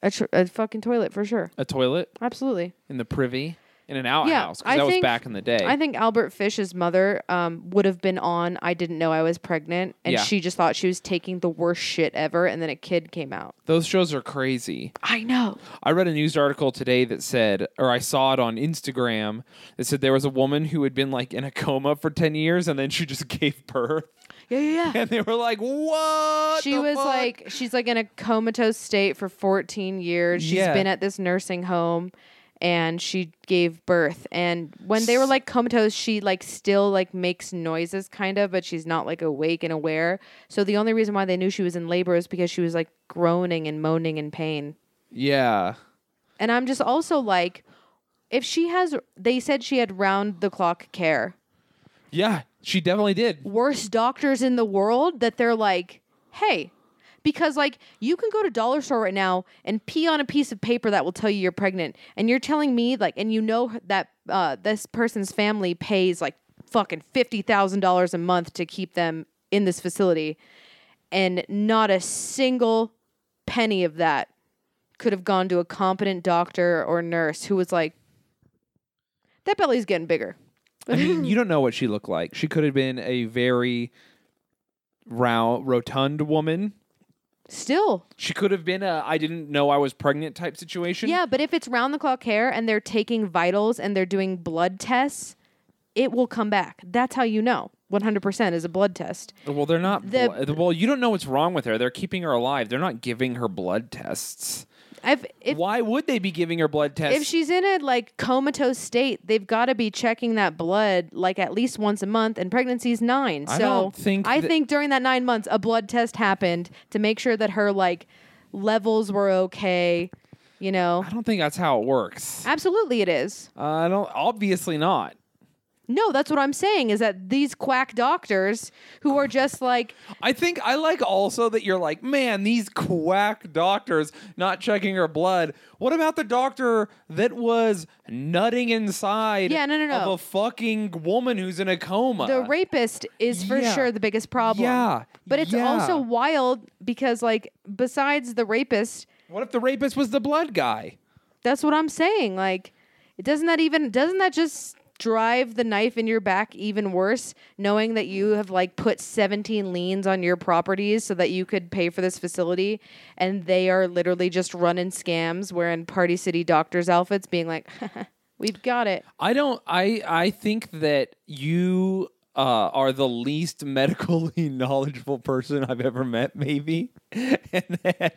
B: A, tr- a fucking toilet for sure.
C: A toilet
B: Absolutely.
C: in the privy in an outhouse because that was back in the day.
B: I think Albert Fish's mother um, would have been on I Didn't Know I Was Pregnant, and
C: Yeah.
B: she just thought she was taking the worst shit ever, and then a kid came out.
C: Those shows are crazy.
B: I know.
C: I read a news article today that said, or I saw it on Instagram, that said there was a woman who had been like in a coma for 10 years and then she just gave birth.
B: Yeah, yeah, yeah.
C: And they were like, what?
B: She
C: the
B: was
C: fuck?"
B: like, she's like in a comatose state for 14 years. She's
C: Yeah.
B: been at this nursing home and she gave birth. And when they were like comatose, she like still like makes noises kind of, but she's not like awake and aware. So the only reason why they knew she was in labor is because she was like groaning and moaning in pain.
C: yeah.
B: And I'm just also like, if she has, they said she had round the clock care.
C: Yeah. She definitely did.
B: Worst doctors in the world that they're like, hey, because like you can go to dollar store right now and pee on a piece of paper that will tell you you're pregnant, and you're telling me like, and you know that uh, this person's family pays like fucking fifty thousand dollars a month to keep them in this facility, and not a single penny of that could have gone to a competent doctor or nurse who was like, that belly's getting bigger.
C: I mean, you don't know what she looked like. She could have been a very round, rotund woman.
B: Still,
C: She could have been a I didn't know I was pregnant type situation.
B: Yeah, but if it's round the clock care and they're taking vitals and they're doing blood tests, it will come back. That's how you know. 100% is a blood test.
C: Well, they're not.
B: The-
C: blo- well, you don't know what's wrong with her. They're keeping her alive. They're not giving her blood tests.
B: If if,
C: Why would they be giving her blood tests?
B: if she's in a like comatose state, they've got to be checking that blood like at least once a month and pregnancy's 9. So
C: I don't think
B: I
C: that-
B: think during that 9 months a blood test happened to make sure that her like levels were okay, you know.
C: I don't think that's how it works.
B: Absolutely it is.
C: I don't. Obviously not.
B: No, that's what I'm saying is that these quack doctors who are just like
C: I think I like also that you're like, man, these quack doctors not checking her blood. What about the doctor that was nutting inside?
B: Yeah, no, no, no.
C: of a fucking woman who's in a coma.
B: the rapist is for
C: yeah.
B: sure the biggest problem.
C: Yeah,
B: But it's
C: yeah.
B: also wild because like besides the rapist,
C: what if the rapist was the blood guy?
B: that's what I'm saying. Like it doesn't that even doesn't that just drive the knife in your back even worse knowing that you have like put 17 liens on your properties so that you could pay for this facility and they are literally just running scams wearing party city doctors outfits being like we've got it
C: I don't. I I think that you uh, are the least medically knowledgeable person I've ever met, maybe, and that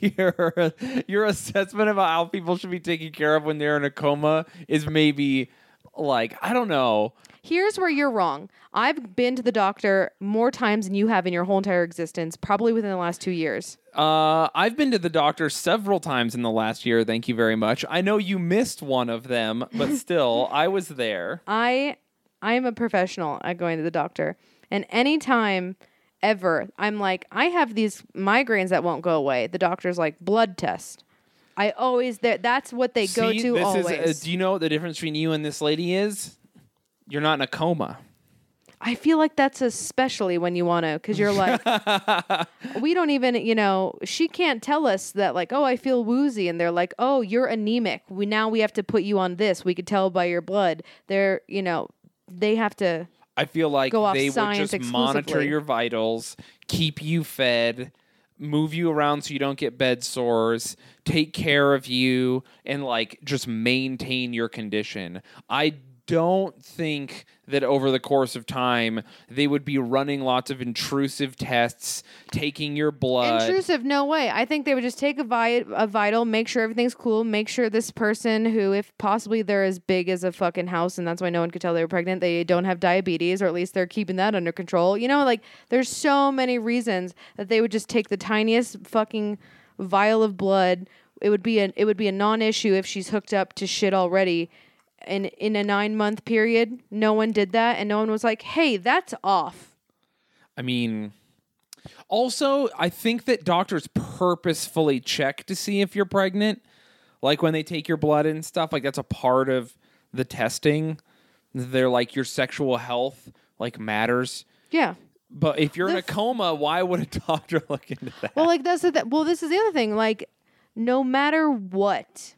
C: your your assessment about how people should be taken care of when they're in a coma is maybe like I don't know.
B: Here's where you're wrong. I've been to the doctor more times than you have in your whole entire existence, probably within the last two years.
C: Uh, I've been to the doctor several times in the last year. Thank you very much. I know you missed one of them, but still, I was there.
B: I I am a professional at going to the doctor. And anytime ever I'm like, I have these migraines that won't go away. The doctor's like, blood test. I always that that's what they go
C: See,
B: to
C: this
B: always.
C: Is, uh, do you know what the difference between you and this lady is? You're not in a coma.
B: I feel like that's especially when you want to, because you're like, we don't even, you know, she can't tell us that, like, oh, I feel woozy. And they're like, oh, you're anemic. We now we have to put you on this. We could tell by your blood. They're, you know, they have to.
C: I feel like
B: Go off
C: they would
B: science
C: just monitor
B: exclusively.
C: your vitals, keep you fed, move you around so you don't get bed sores, take care of you, and like just maintain your condition. I don't think that over the course of time they would be running lots of intrusive tests, taking your blood.
B: Intrusive? No way. I think they would just take a, vi- a vital, make sure everything's cool, make sure this person who, if possibly they're as big as a fucking house, and that's why no one could tell they were pregnant, they don't have diabetes, or at least they're keeping that under control. You know, like there's so many reasons that they would just take the tiniest fucking vial of blood. It would be an it would be a non-issue if she's hooked up to shit already. And in a nine month period, no one did that, and no one was like, "Hey, that's off."
C: I mean, also, I think that doctors purposefully check to see if you're pregnant. Like when they take your blood and stuff, like that's a part of the testing. They're like your sexual health like matters.
B: Yeah.
C: But if you're in
B: The
C: a coma, why would a doctor look into that?
B: Well, like that's the th- well. This is the other thing. Like, no matter what,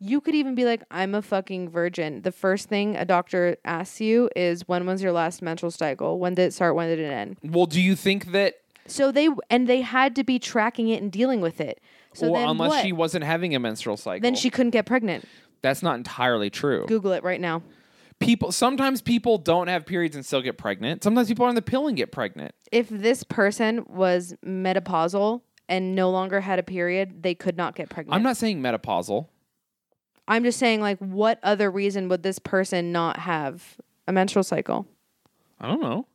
B: you could even be like, "I'm a fucking virgin." The first thing a doctor asks you is, "When was your last menstrual cycle? When did it start? When did it end?"
C: well, do you think that
B: So they and they had to be tracking it and dealing with it. So
C: well,
B: then
C: unless
B: what?
C: she wasn't having a menstrual cycle,
B: then she couldn't get pregnant.
C: that's not entirely true.
B: Google it right now.
C: People sometimes people don't have periods and still get pregnant. Sometimes people are on the pill and get pregnant.
B: If this person was menopausal and no longer had a period, they could not get pregnant.
C: I'm not saying menopausal.
B: I'm just saying, like, what other reason would this person not have a menstrual cycle?
C: I don't know.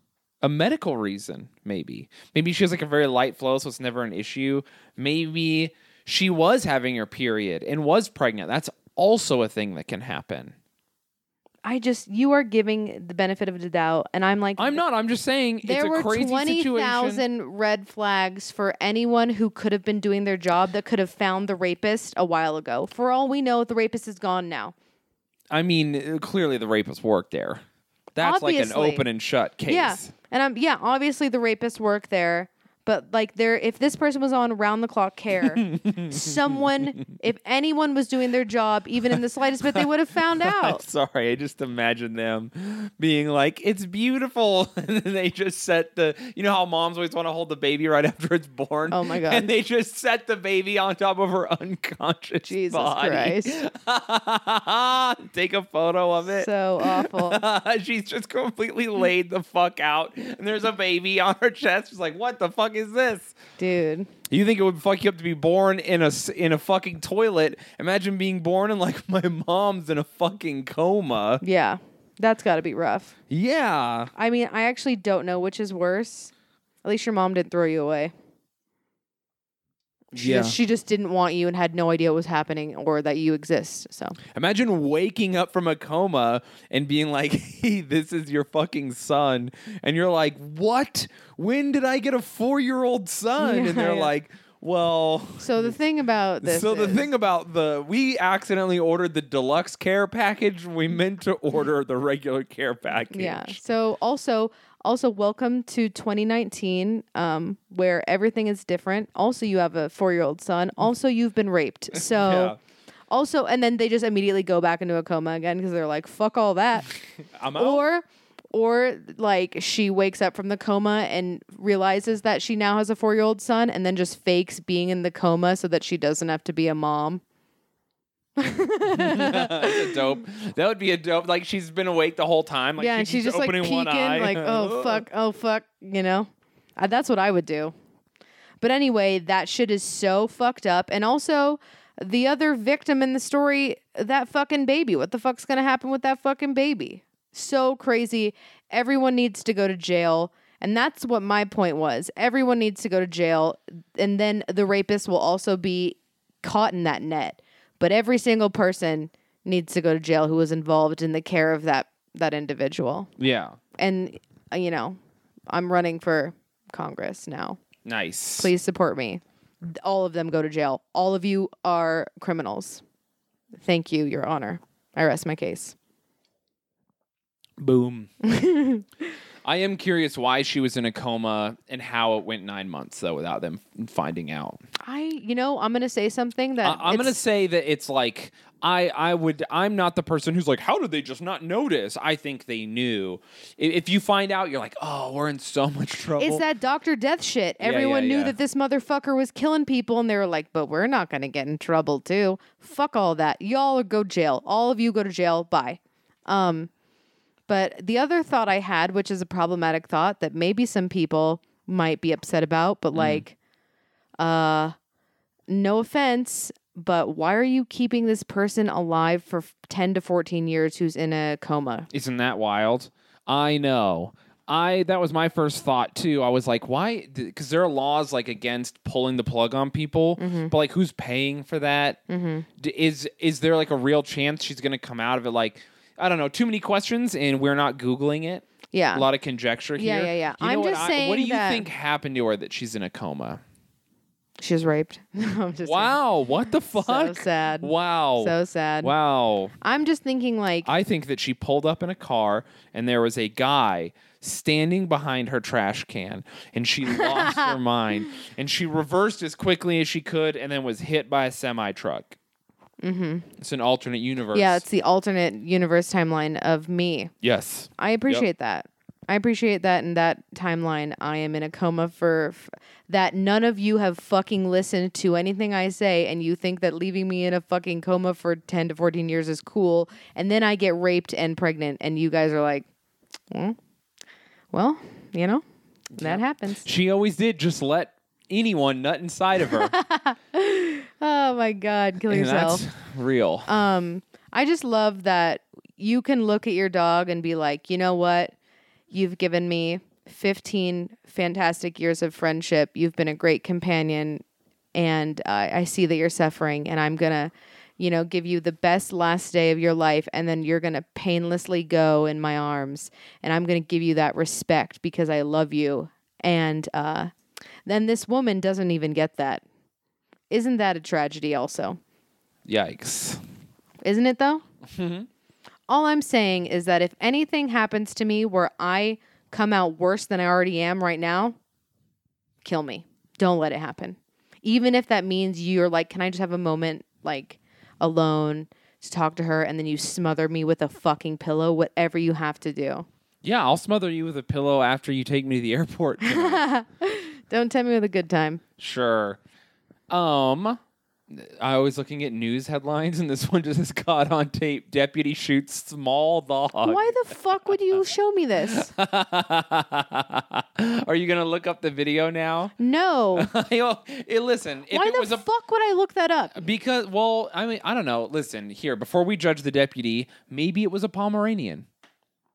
C: A medical reason, maybe. Maybe she has like a very light flow, so it's never an issue. Maybe she was having her period and was pregnant. That's also a thing that can happen.
B: I just you are giving the benefit of the doubt, and I'm like,
C: I'm not. I'm just saying
B: there
C: it's a
B: were
C: crazy
B: twenty
C: situation.
B: thousand red flags for anyone who could have been doing their job that could have found the rapist a while ago. For all we know, the rapist is gone now.
C: I mean, uh, clearly the rapist worked there. That's like
B: Obviously.
C: an open and shut case.
B: Yeah, and I'm yeah, obviously the rapists work there, but like there, if this person was on round the clock care, someone, if anyone was doing their job even in the slightest bit, they would have found
C: I'm
B: out.
C: sorry. I just imagine them being like, "It's beautiful," and then they just set the. You know how moms always want to hold the baby right after it's born.
B: Oh my God.
C: And they just set the baby on top of her unconscious
B: Jesus
C: body. Christ! Take a photo of it.
B: So awful.
C: She's just completely laid the fuck out, and there's a baby on her chest. She's like, "What the fuck is this?"
B: Dude.
C: You think it would fuck you up to be born in a s- in a fucking toilet? Imagine being born and like my mom's in a fucking coma.
B: Yeah. That's gotta be rough.
C: Yeah.
B: I mean, I actually don't know which is worse. At least your mom didn't throw you away. She,
C: Yeah.
B: just, she just didn't want you and had no idea what was happening or that you exist. So
C: Imagine waking up from a coma and being like, hey, this is your fucking son. And you're like, what? When did I get a four year old son? and they're
B: Yeah.
C: like, well.
D: So the thing about this.
C: so the
D: is-
C: thing about the we accidentally ordered the deluxe care package. We meant to order the regular care package.
B: yeah. So also also welcome to 2019, um, where everything is different. Also, you have a four year old son. Also, you've been raped. So. Also, and then they just immediately go back into a coma again because they're like, "Fuck all that."
C: I'm out.
B: or or like she wakes up from the coma and realizes that she now has a four-year-old son and then just fakes being in the coma so that she doesn't have to be a mom
C: "Oh, That's a dope. That would be a dope. Like she's been awake the whole time. Like
B: yeah
C: she
B: and she's
C: keeps
B: just like
C: opening
B: peeking
C: one eye.
B: like oh fuck oh fuck you know I, that's what i would do but anyway that shit is so fucked up and also the other victim in the story that fucking baby what the fuck's gonna happen with that fucking baby so crazy everyone needs to go to jail and that's what my point was everyone needs to go to jail and then the rapist will also be caught in that net but every single person needs to go to jail who was involved in the care of that that individual
C: Yeah.
B: and uh, you know i'm running for congress now
C: Nice.
B: please support me all of them go to jail all of you are criminals thank you your honor i rest my case
C: Boom. I am curious why she was in a coma and how it went nine months though without them finding out.
B: i you know i'm gonna say something
C: I,
B: that
C: I'm gonna
B: it's-
C: say that it's like I I would I'm not the person who's like how did they just not notice? I think they knew. I- If you find out, you're like oh we're in so much trouble.
B: it's that Dr. Death shit.
C: yeah,
B: Everyone knew
C: yeah.
B: that this motherfucker was killing people, and they were like, but we're not going to get in trouble, too. Fuck all that. Y'all go jail. All of you go to jail. Bye. Um, But the other thought I had, which is a problematic thought that maybe some people might be upset about,
C: Mm.
B: but like, uh, no offense, but why are you keeping this person alive for f- 10 to 14 years who's in a coma?
C: Isn't that wild? I know. I that was my first thought too. I was like, why? Because there are laws like against pulling the plug on people,
B: Mm-hmm.
C: but like, who's paying for that? D- is is there like a real chance she's gonna come out of it? Like, I don't know. Too many questions, and we're not googling it.
B: Yeah.
C: a lot of conjecture
B: Yeah,
C: here.
B: yeah, yeah.
C: You know
B: I'm
C: what
B: just
C: I-
B: saying
C: What do you
B: that-
C: think happened to her that she's in a coma?
B: She was raped. No, I'm just
C: Wow, what the fuck?
B: sad.
C: Wow.
B: kidding. so sad.
C: Wow.
B: I'm just thinking like
C: I think that she pulled up in a car and there was a guy standing behind her trash can and she lost her mind and she reversed as quickly as she could and then was hit by a semi truck. Mm-hmm. It's an alternate universe.
B: yeah, it's the alternate universe timeline of me.
C: yes.
B: I appreciate that. I appreciate that in that timeline I am in a coma for f- that none of you have fucking listened to anything I say and you think that leaving me in a fucking coma for 10 to 14 years is cool and then I get raped and pregnant and you guys are like "Mm, well, you know, that happens.
C: She always did just let anyone nut inside of her.
B: Oh my god, kill
C: and
B: yourself.
C: that's real.
B: Um, I just love that you can look at your dog and be like, you know what? You've given me 15 fantastic years of friendship. You've been a great companion. And uh, I see that you're suffering. And I'm going to, you know, give you the best last day of your life. And then you're going to painlessly go in my arms. And I'm going to give you that respect because I love you. And uh, then this woman doesn't even get that. Isn't that a tragedy, also?
C: Yikes.
B: Isn't it though?
C: Mm-hmm.
B: All I'm saying is that if anything happens to me where I come out worse than I already am right now, kill me. Don't let it happen. Even if that means you're like, can I just have a moment like alone to talk to her and then you smother me with a fucking pillow, whatever you have to do.
C: Yeah, I'll smother you with a pillow after you take me to the airport. tonight.
B: Don't tell me with a good time.
C: Sure. Um, I was looking at news headlines, and this one just has caught on tape. Deputy shoots small dog.
B: Why the fuck would you show me this?
C: Are you gonna look up the video now?
B: No.
C: Yo, eh, listen, if
B: Why
C: it was
B: the
C: a
B: fuck would I look that up?
C: because, well, I mean, I don't know. Listen, here before we judge the deputy, maybe it was a Pomeranian,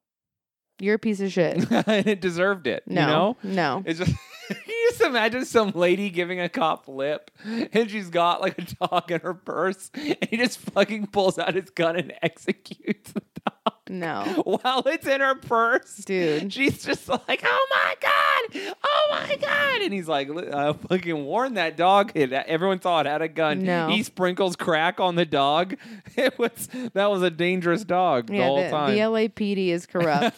B: You're a piece of shit.
C: and it deserved it.
B: No.
C: You know?
B: No.
C: It's just can you just imagine some lady giving a cop lip and she's got like a dog in her purse and he just fucking pulls out his gun and executes the dog
B: No.
C: while it's in her purse.
B: Dude.
C: She's just like, oh my God, oh my God. And he's like, "Li- I fucking warned that dog. It, everyone saw it had a gun.
B: No.
C: He sprinkles crack on the dog. It was, that was a dangerous dog the whole
B: the,
C: time.
B: the LAPD is corrupt.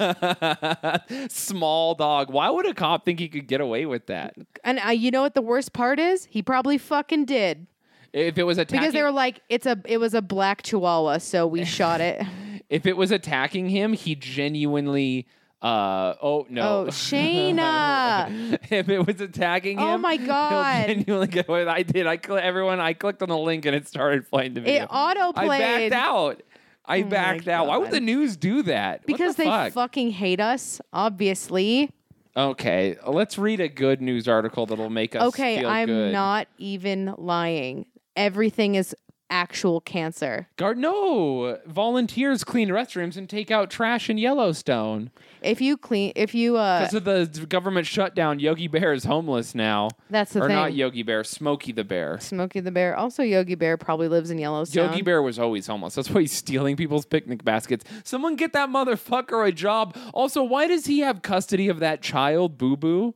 C: Small dog. Why would a cop think he could get away with that?
B: and uh, you know what the worst part is? He probably fucking did
C: If it was attacking,
B: because they were like, "It's a it was a black Chihuahua, so we shot it."
C: if it was attacking him, he genuinely. Uh oh
B: oh,
C: no!
B: Shayna!
C: if it was attacking him,
B: Oh my God.
C: He'll genuinely get away. with it. I did. I cl- everyone. I clicked on the link and it started playing the video.
B: It auto
C: I
B: played Oh
C: backed out. I backed out. Why would
B: God.
C: the news do that? What
B: because
C: the
B: they
C: fuck?
B: fucking hate us, obviously.
C: Okay, let's read a good news article that'll make us.
B: Okay,
C: feel
B: I'm
C: good.
B: not even lying. Everything is actual cancer.
C: Guard, no. Volunteers clean restrooms and take out trash in Yellowstone.
B: If you clean, if you uh,
C: Because of the government shutdown, Yogi Bear is homeless now.
B: that's the
C: or
B: thing.
C: not Yogi Bear, Smokey the Bear.
B: Smokey the Bear. Also, Yogi Bear probably lives in Yellowstone.
C: Yogi Bear was always homeless. That's why he's stealing people's picnic baskets. Someone get that motherfucker a job. Also, why does he have custody of that child, Boo Boo?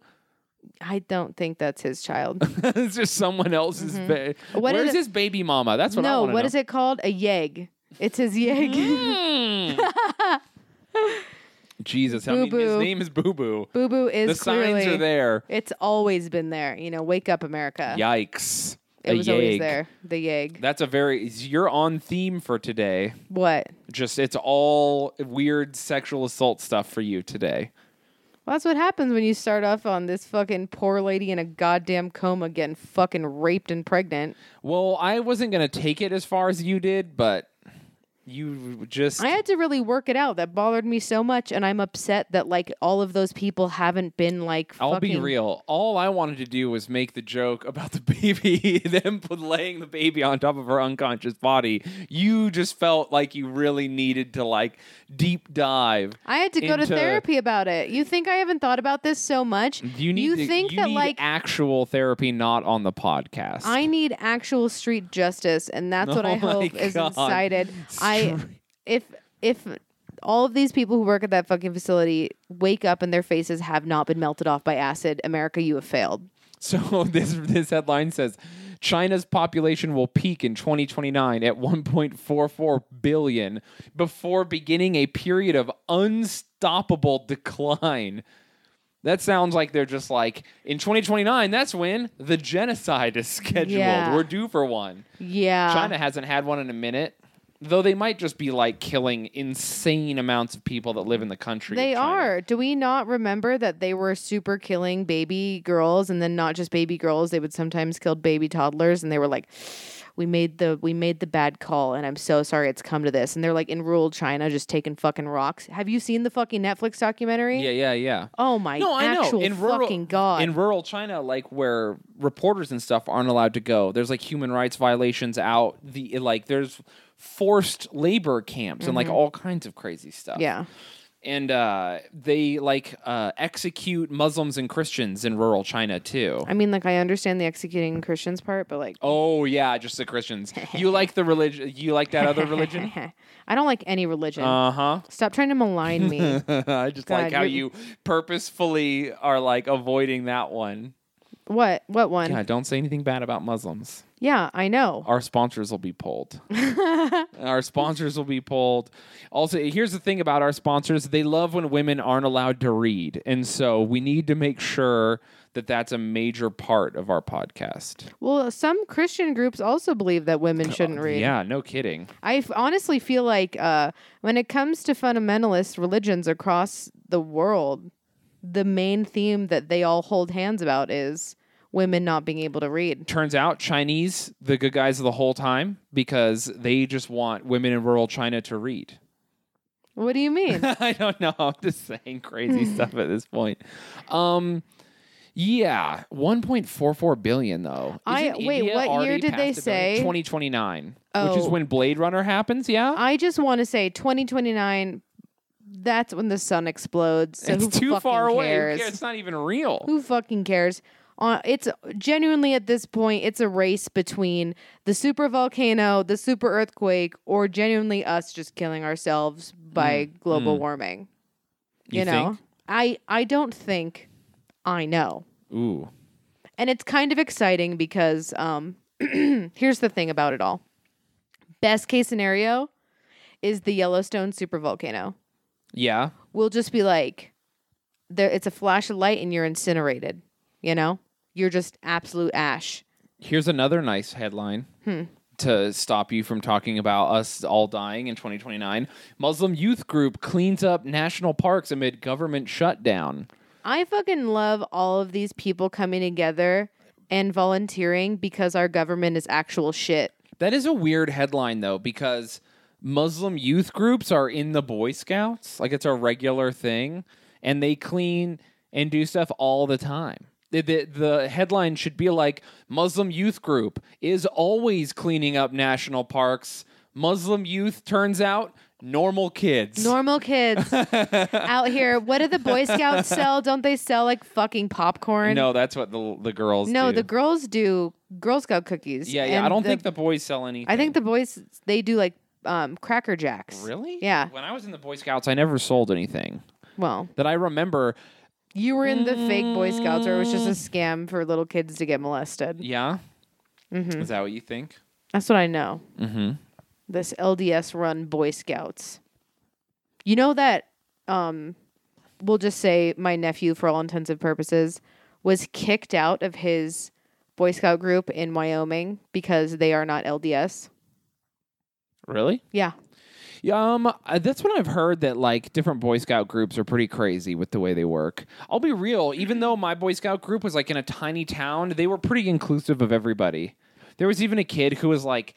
B: I don't think that's his child.
C: it's just someone else's. Ba-
B: Mm-hmm. What
C: Where's
B: is it-
C: his baby mama? That's what I
B: no,
C: want to
B: what is it called? A yeg. It's his yeg.
C: Jesus, I mean, his
B: Boo-Boo.
C: name is Boo Boo.
B: Boo Boo is
C: The signs
B: clearly-
C: are there.
B: It's always been there. You know, wake up, America.
C: Yikes.
B: it
C: A
B: was always
C: yeg.
B: there. The yeg.
C: That's a very you're on theme for today.
B: What?
C: Just it's all weird sexual assault stuff for you today.
B: Well, that's what happens when you start off on this fucking poor lady in a goddamn coma getting fucking raped and pregnant.
C: Well, I wasn't gonna take it as far as you did, but you just
B: I had to really work it out. That bothered me so much, and I'm upset that like all of those people haven't been like.
C: I'll be
B: fucking-
C: real. All I wanted to do was make the joke about the baby, them laying the baby on top of her unconscious body. You just felt like you really needed to like deep dive.
B: I had to go to
C: into-
B: therapy about it. You think I haven't thought about this so much?
C: You need. to-
B: think
C: you
B: that
C: need
B: like
C: actual therapy, not on the podcast.
B: I need actual street justice, and that's what
C: Oh
B: I
C: my
B: hope is
C: God.
B: incited. I
C: Street-
B: if if all of these people who work at that fucking facility wake up and their faces have not been melted off by acid, America, you have failed.
C: So this this headline says China's population will peak in 2029 at 1.44 billion before beginning a period of unstoppable decline. That sounds like they're just like in 2029 that's when the genocide is scheduled.
B: Yeah. Uh-huh.
C: We're due for one.
B: Yeah,
C: China hasn't had one in a minute. Though they might just be like killing insane amounts of people that live in the country. of
B: They
C: China.
B: are. Do we not remember that they were super killing baby girls and then not just baby girls, they would sometimes kill baby toddlers and they were like we made the we made the bad call and I'm so sorry it's come to this. And they're like in rural China just taking fucking rocks. Have you seen the fucking Netflix documentary?
C: Yeah, yeah, yeah.
B: Oh my
C: no, I know.
B: actual
C: In rural,
B: fucking god.
C: in rural China, like where reporters and stuff aren't allowed to go, there's like human rights violations out. The like there's forced labor camps and like all kinds of crazy stuff.
B: Mm-hmm. yeah.
C: and uh, they like uh, execute Muslims and Christians in rural China too.
B: I mean like I understand the executing Christians part, but like
C: Oh yeah, just the Christians. You like the religion? You like that other religion?
B: eh. I don't like any religion.
C: Uh huh.
B: Stop trying to malign me.
C: I just
B: God,
C: like how
B: you're-
C: you purposefully are like avoiding that one.
B: what? What one?
C: Yeah, don't say anything bad about Muslims.
B: Yeah, I know.
C: our sponsors will be pulled. our sponsors will be pulled. Also, here's the thing about our sponsors they love when women aren't allowed to read. And so we need to make sure that that's a major part of our podcast.
B: Well, some Christian groups also believe that women shouldn't read.
C: Oh, Yeah, no kidding.
B: I f- honestly feel like uh, when it comes to fundamentalist religions across the world, the main theme that they all hold hands about is women not being able to read.
C: Turns out Chinese, the good guys the whole time because they just want women in rural China to read.
B: What do you mean?
C: I don't know. I'm just saying crazy stuff at this point. Um, yeah, 1.44 billion though.
B: I-
C: Isn't
B: wait,
C: India
B: what year
C: already
B: did they
C: past a billion?
B: say?
C: 2029, which is
B: Oh.
C: when Blade Runner happens. Yeah,
B: I just want to say 2029. That's when the sun explodes. So
C: it's
B: who
C: too far
B: fucking
C: away. Who
B: cares?
C: cares? It's not even real.
B: Who fucking cares? Uh, it's genuinely at this point, it's a race between the super volcano, the super earthquake, or genuinely us just killing ourselves by global warming. You, know,
C: Mm, think?
B: I I don't think I know,
C: Ooh,
B: and it's kind of exciting because um, here's the thing about it all. Best case scenario is the Yellowstone supervolcano.
C: yeah.
B: We'll just be like, there. It's a flash of light, and you're incinerated. You know, you're just absolute ash.
C: Here's another nice headline
B: Hmm.
C: to stop you from talking about us all dying in 2029. Muslim youth group cleans up national parks amid government shutdown.
B: I fucking love all of these people coming together and volunteering because our government is actual shit.
C: That is a weird headline though, because Muslim youth groups are in the Boy Scouts. Like it's a regular thing, and they clean and do stuff all the time. The, the, the headline should be like Muslim youth group is always cleaning up national parks. Muslim youth turns out normal kids.
B: Normal kids out here. What do the Boy Scouts sell? Don't they sell like fucking popcorn?
C: no, that's what the the girls.
B: No,
C: do.
B: the girls do Girl Scout cookies.
C: yeah yeah. I
B: and
C: don't think the boys sell anything.
B: I think the boys they do like um, Cracker Jacks.
C: really
B: Yeah.
C: When I was in the Boy Scouts, I never sold anything
B: Well,
C: that I remember.
B: you were in the fake Boy Scouts, or it was just
C: Mm.
B: a scam for little kids to get molested.
C: Yeah. Is that what you think?
B: That's what I know. Mm-hmm. This LDS run Boy Scouts. You know that, um, we'll just say my nephew, for all intents and purposes, was kicked out of his Boy Scout group in Wyoming because they are not LDS.
C: Really?
B: Yeah.
C: Yeah, um, uh, that's what I've heard that like different Boy Scout groups are pretty crazy with the way they work. I'll be real, even though my Boy Scout group was like in a tiny town, they were pretty inclusive of everybody. There was even a kid who was like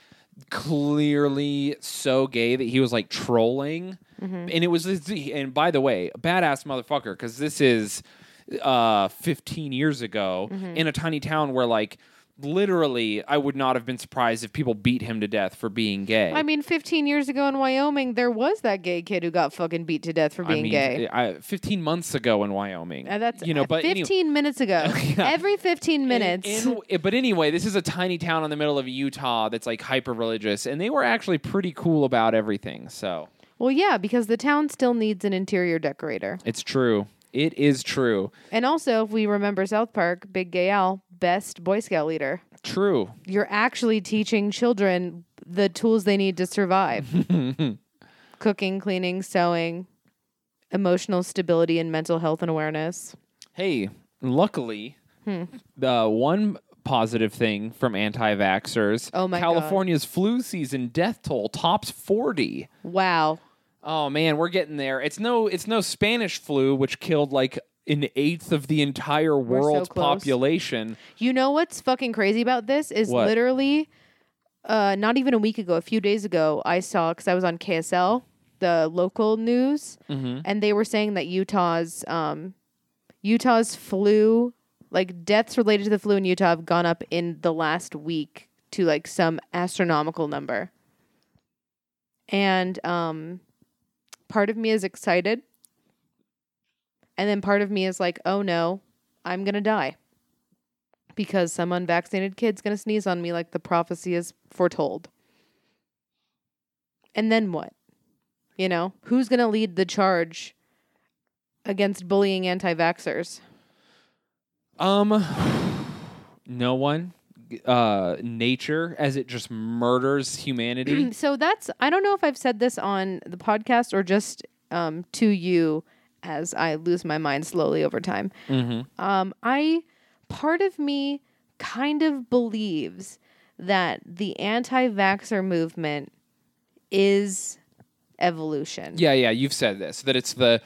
C: clearly so gay that he was like trolling, and it was this- and by the way, a badass motherfucker because this is uh 15 years ago in a tiny town where like literally I would not have been surprised if people beat him to death for being gay.
B: I mean, 15 years ago in Wyoming, there was that gay kid who got fucking beat to death for being
C: I mean,
B: gay.
C: I, 15 months ago in Wyoming.
B: Uh, that's
C: you know,
B: uh,
C: but anyway-
B: 15 minutes ago.
C: Yeah.
B: Every 15 minutes.
C: In- in- but anyway, this is a tiny town in the middle of Utah that's like hyper religious, and they were actually pretty cool about everything. So
B: well, yeah, because the town still needs an interior decorator.
C: it's true. It is true.
B: And also, if we remember South Park, Big Gay Al, best Boy Scout leader.
C: True.
B: You're actually teaching children the tools they need to survive cooking, cleaning, sewing, emotional stability, and mental health and awareness.
C: Hey, luckily,
B: Hmm.
C: the one positive thing from anti vaxxers
B: Oh my God.
C: California's flu season death toll tops 40.
B: Wow.
C: Oh man, we're getting there. It's no it's no Spanish flu which killed like an eighth of the entire
B: so
C: world's
B: close.
C: population.
B: You know what's fucking crazy about this is
C: What?
B: literally uh, not even a week ago, a few days ago, I saw because I was on KSL, the local news, and they were saying that Utah's um, Utah's flu, like deaths related to the flu in Utah, have gone up in the last week to like some astronomical number. And um, part of me is excited, and then part of me is like, oh no, I'm gonna die because some unvaccinated kid's going to sneeze on me like the prophecy is foretold. And then what? You know, who's going to lead the charge against bullying anti vaxxers?
C: Um, no one. Uh, nature as it just murders humanity.
B: So that's, I don't know if I've said this on the podcast or just um, to you as I lose my mind slowly over time. Um, I, part of me kind of believes that the anti vaxxer movement is evolution.
C: yeah, yeah. You've said this that it's the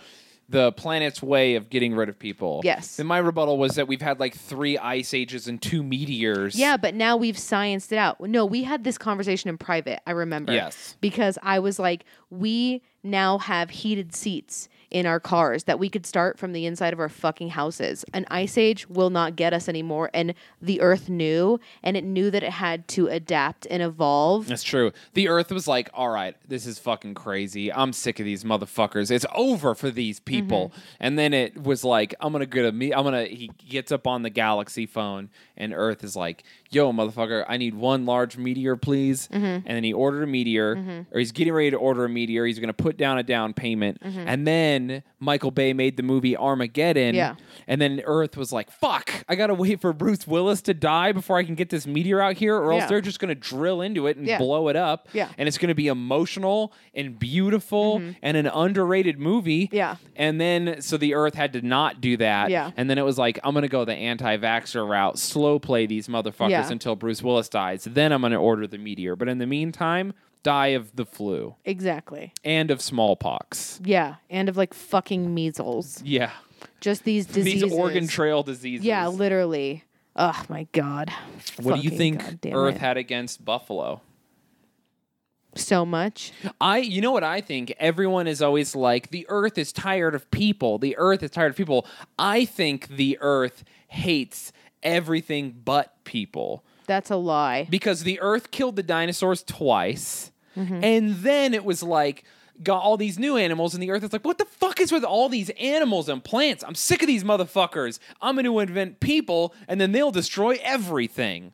C: the planet's way of getting rid of people.
B: Yes.
C: And my rebuttal was that we've had like three ice ages and two meteors.
B: Yeah, but now we've scienced it out. No, we had this conversation in private, I remember.
C: Yes.
B: Because I was like, we now have heated seats in our cars that we could start from the inside of our fucking houses. An ice age will not get us anymore. And the earth knew, and it knew that it had to adapt and evolve.
C: That's true. The Earth was like, all right, this is fucking crazy. I'm sick of these motherfuckers. It's over for these people.
B: Mm-hmm.
C: And then it was like, I'm gonna get a me. I'm gonna. He gets up on the Galaxy phone, and Earth is like, yo, motherfucker, I need one large meteor, please.
B: Mm-hmm.
C: And then he ordered a meteor, or he's getting ready to order a meteor. He's gonna put down a down payment,
B: Mm-hmm.
C: and then Michael Bay made the movie Armageddon.
B: Yeah.
C: And then Earth was like, fuck, I gotta wait for Bruce Willis to die before I can get this meteor out here, or
B: Yeah.
C: else they're just gonna drill into it and
B: Yeah.
C: blow it up.
B: Yeah. Mm-hmm.
C: And it's going to be emotional and beautiful and an underrated movie.
B: Yeah.
C: And then, so the Earth had to not do that.
B: Yeah.
C: And then it was like, I'm going to go the anti vaxxer route, slow play these motherfuckers
B: Yeah.
C: until Bruce Willis dies. Then I'm going to order the meteor. But in the meantime, die of the flu
B: Exactly.
C: and of smallpox.
B: Yeah. And of like fucking measles.
C: Yeah.
B: Just these diseases.
C: These Oregon Trail diseases.
B: Yeah, literally. Oh my God.
C: what do you
B: Fucking
C: think
B: goddamn
C: Earth
B: it.
C: had against Buffalo?
B: So much.
C: I you know what I think? Everyone is always like the earth is tired of people. The earth is tired of people. I think the earth hates everything but people
B: That's a lie.
C: because the earth killed the dinosaurs twice. And then it was like got all these new animals and the earth is like what the fuck is with all these animals and plants? I'm sick of these motherfuckers. I'm going to invent people and then they'll destroy everything.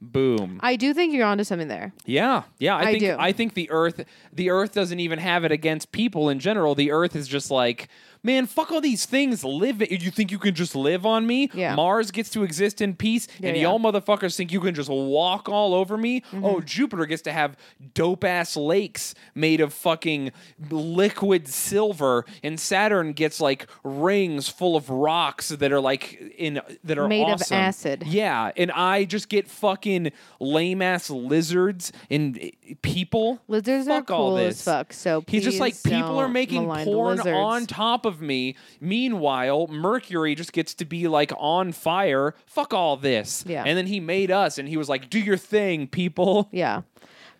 C: Boom.
B: I do think you're onto something there.
C: Yeah, yeah. I,
B: I
C: think
B: do.
C: I think the Earth the Earth doesn't even have it against people in general. The Earth is just like, man, fuck all these things. Live. You think you can just live on me?
B: Yeah.
C: Mars gets to exist in peace, and
B: yeah. Mm-hmm.
C: y'all motherfuckers think you can just walk all over me? Oh, Jupiter gets to have dope ass lakes made of fucking liquid silver, and Saturn gets like rings full of rocks that are like in that are
B: Made of
C: awesome.
B: acid.
C: Yeah, and I just get fucking lame ass lizards and uh, people.
B: Lizards are
C: Fuck all
B: cool
C: this.
B: as fuck, so
C: he's just like
B: please
C: people are
B: don't
C: making
B: malign the
C: porn
B: lizards."
C: on top of me. Meanwhile, Mercury just gets to be like on fire. Fuck all this.
B: Yeah.
C: and then he made us, and he was like, "Do your thing, people."
B: Yeah.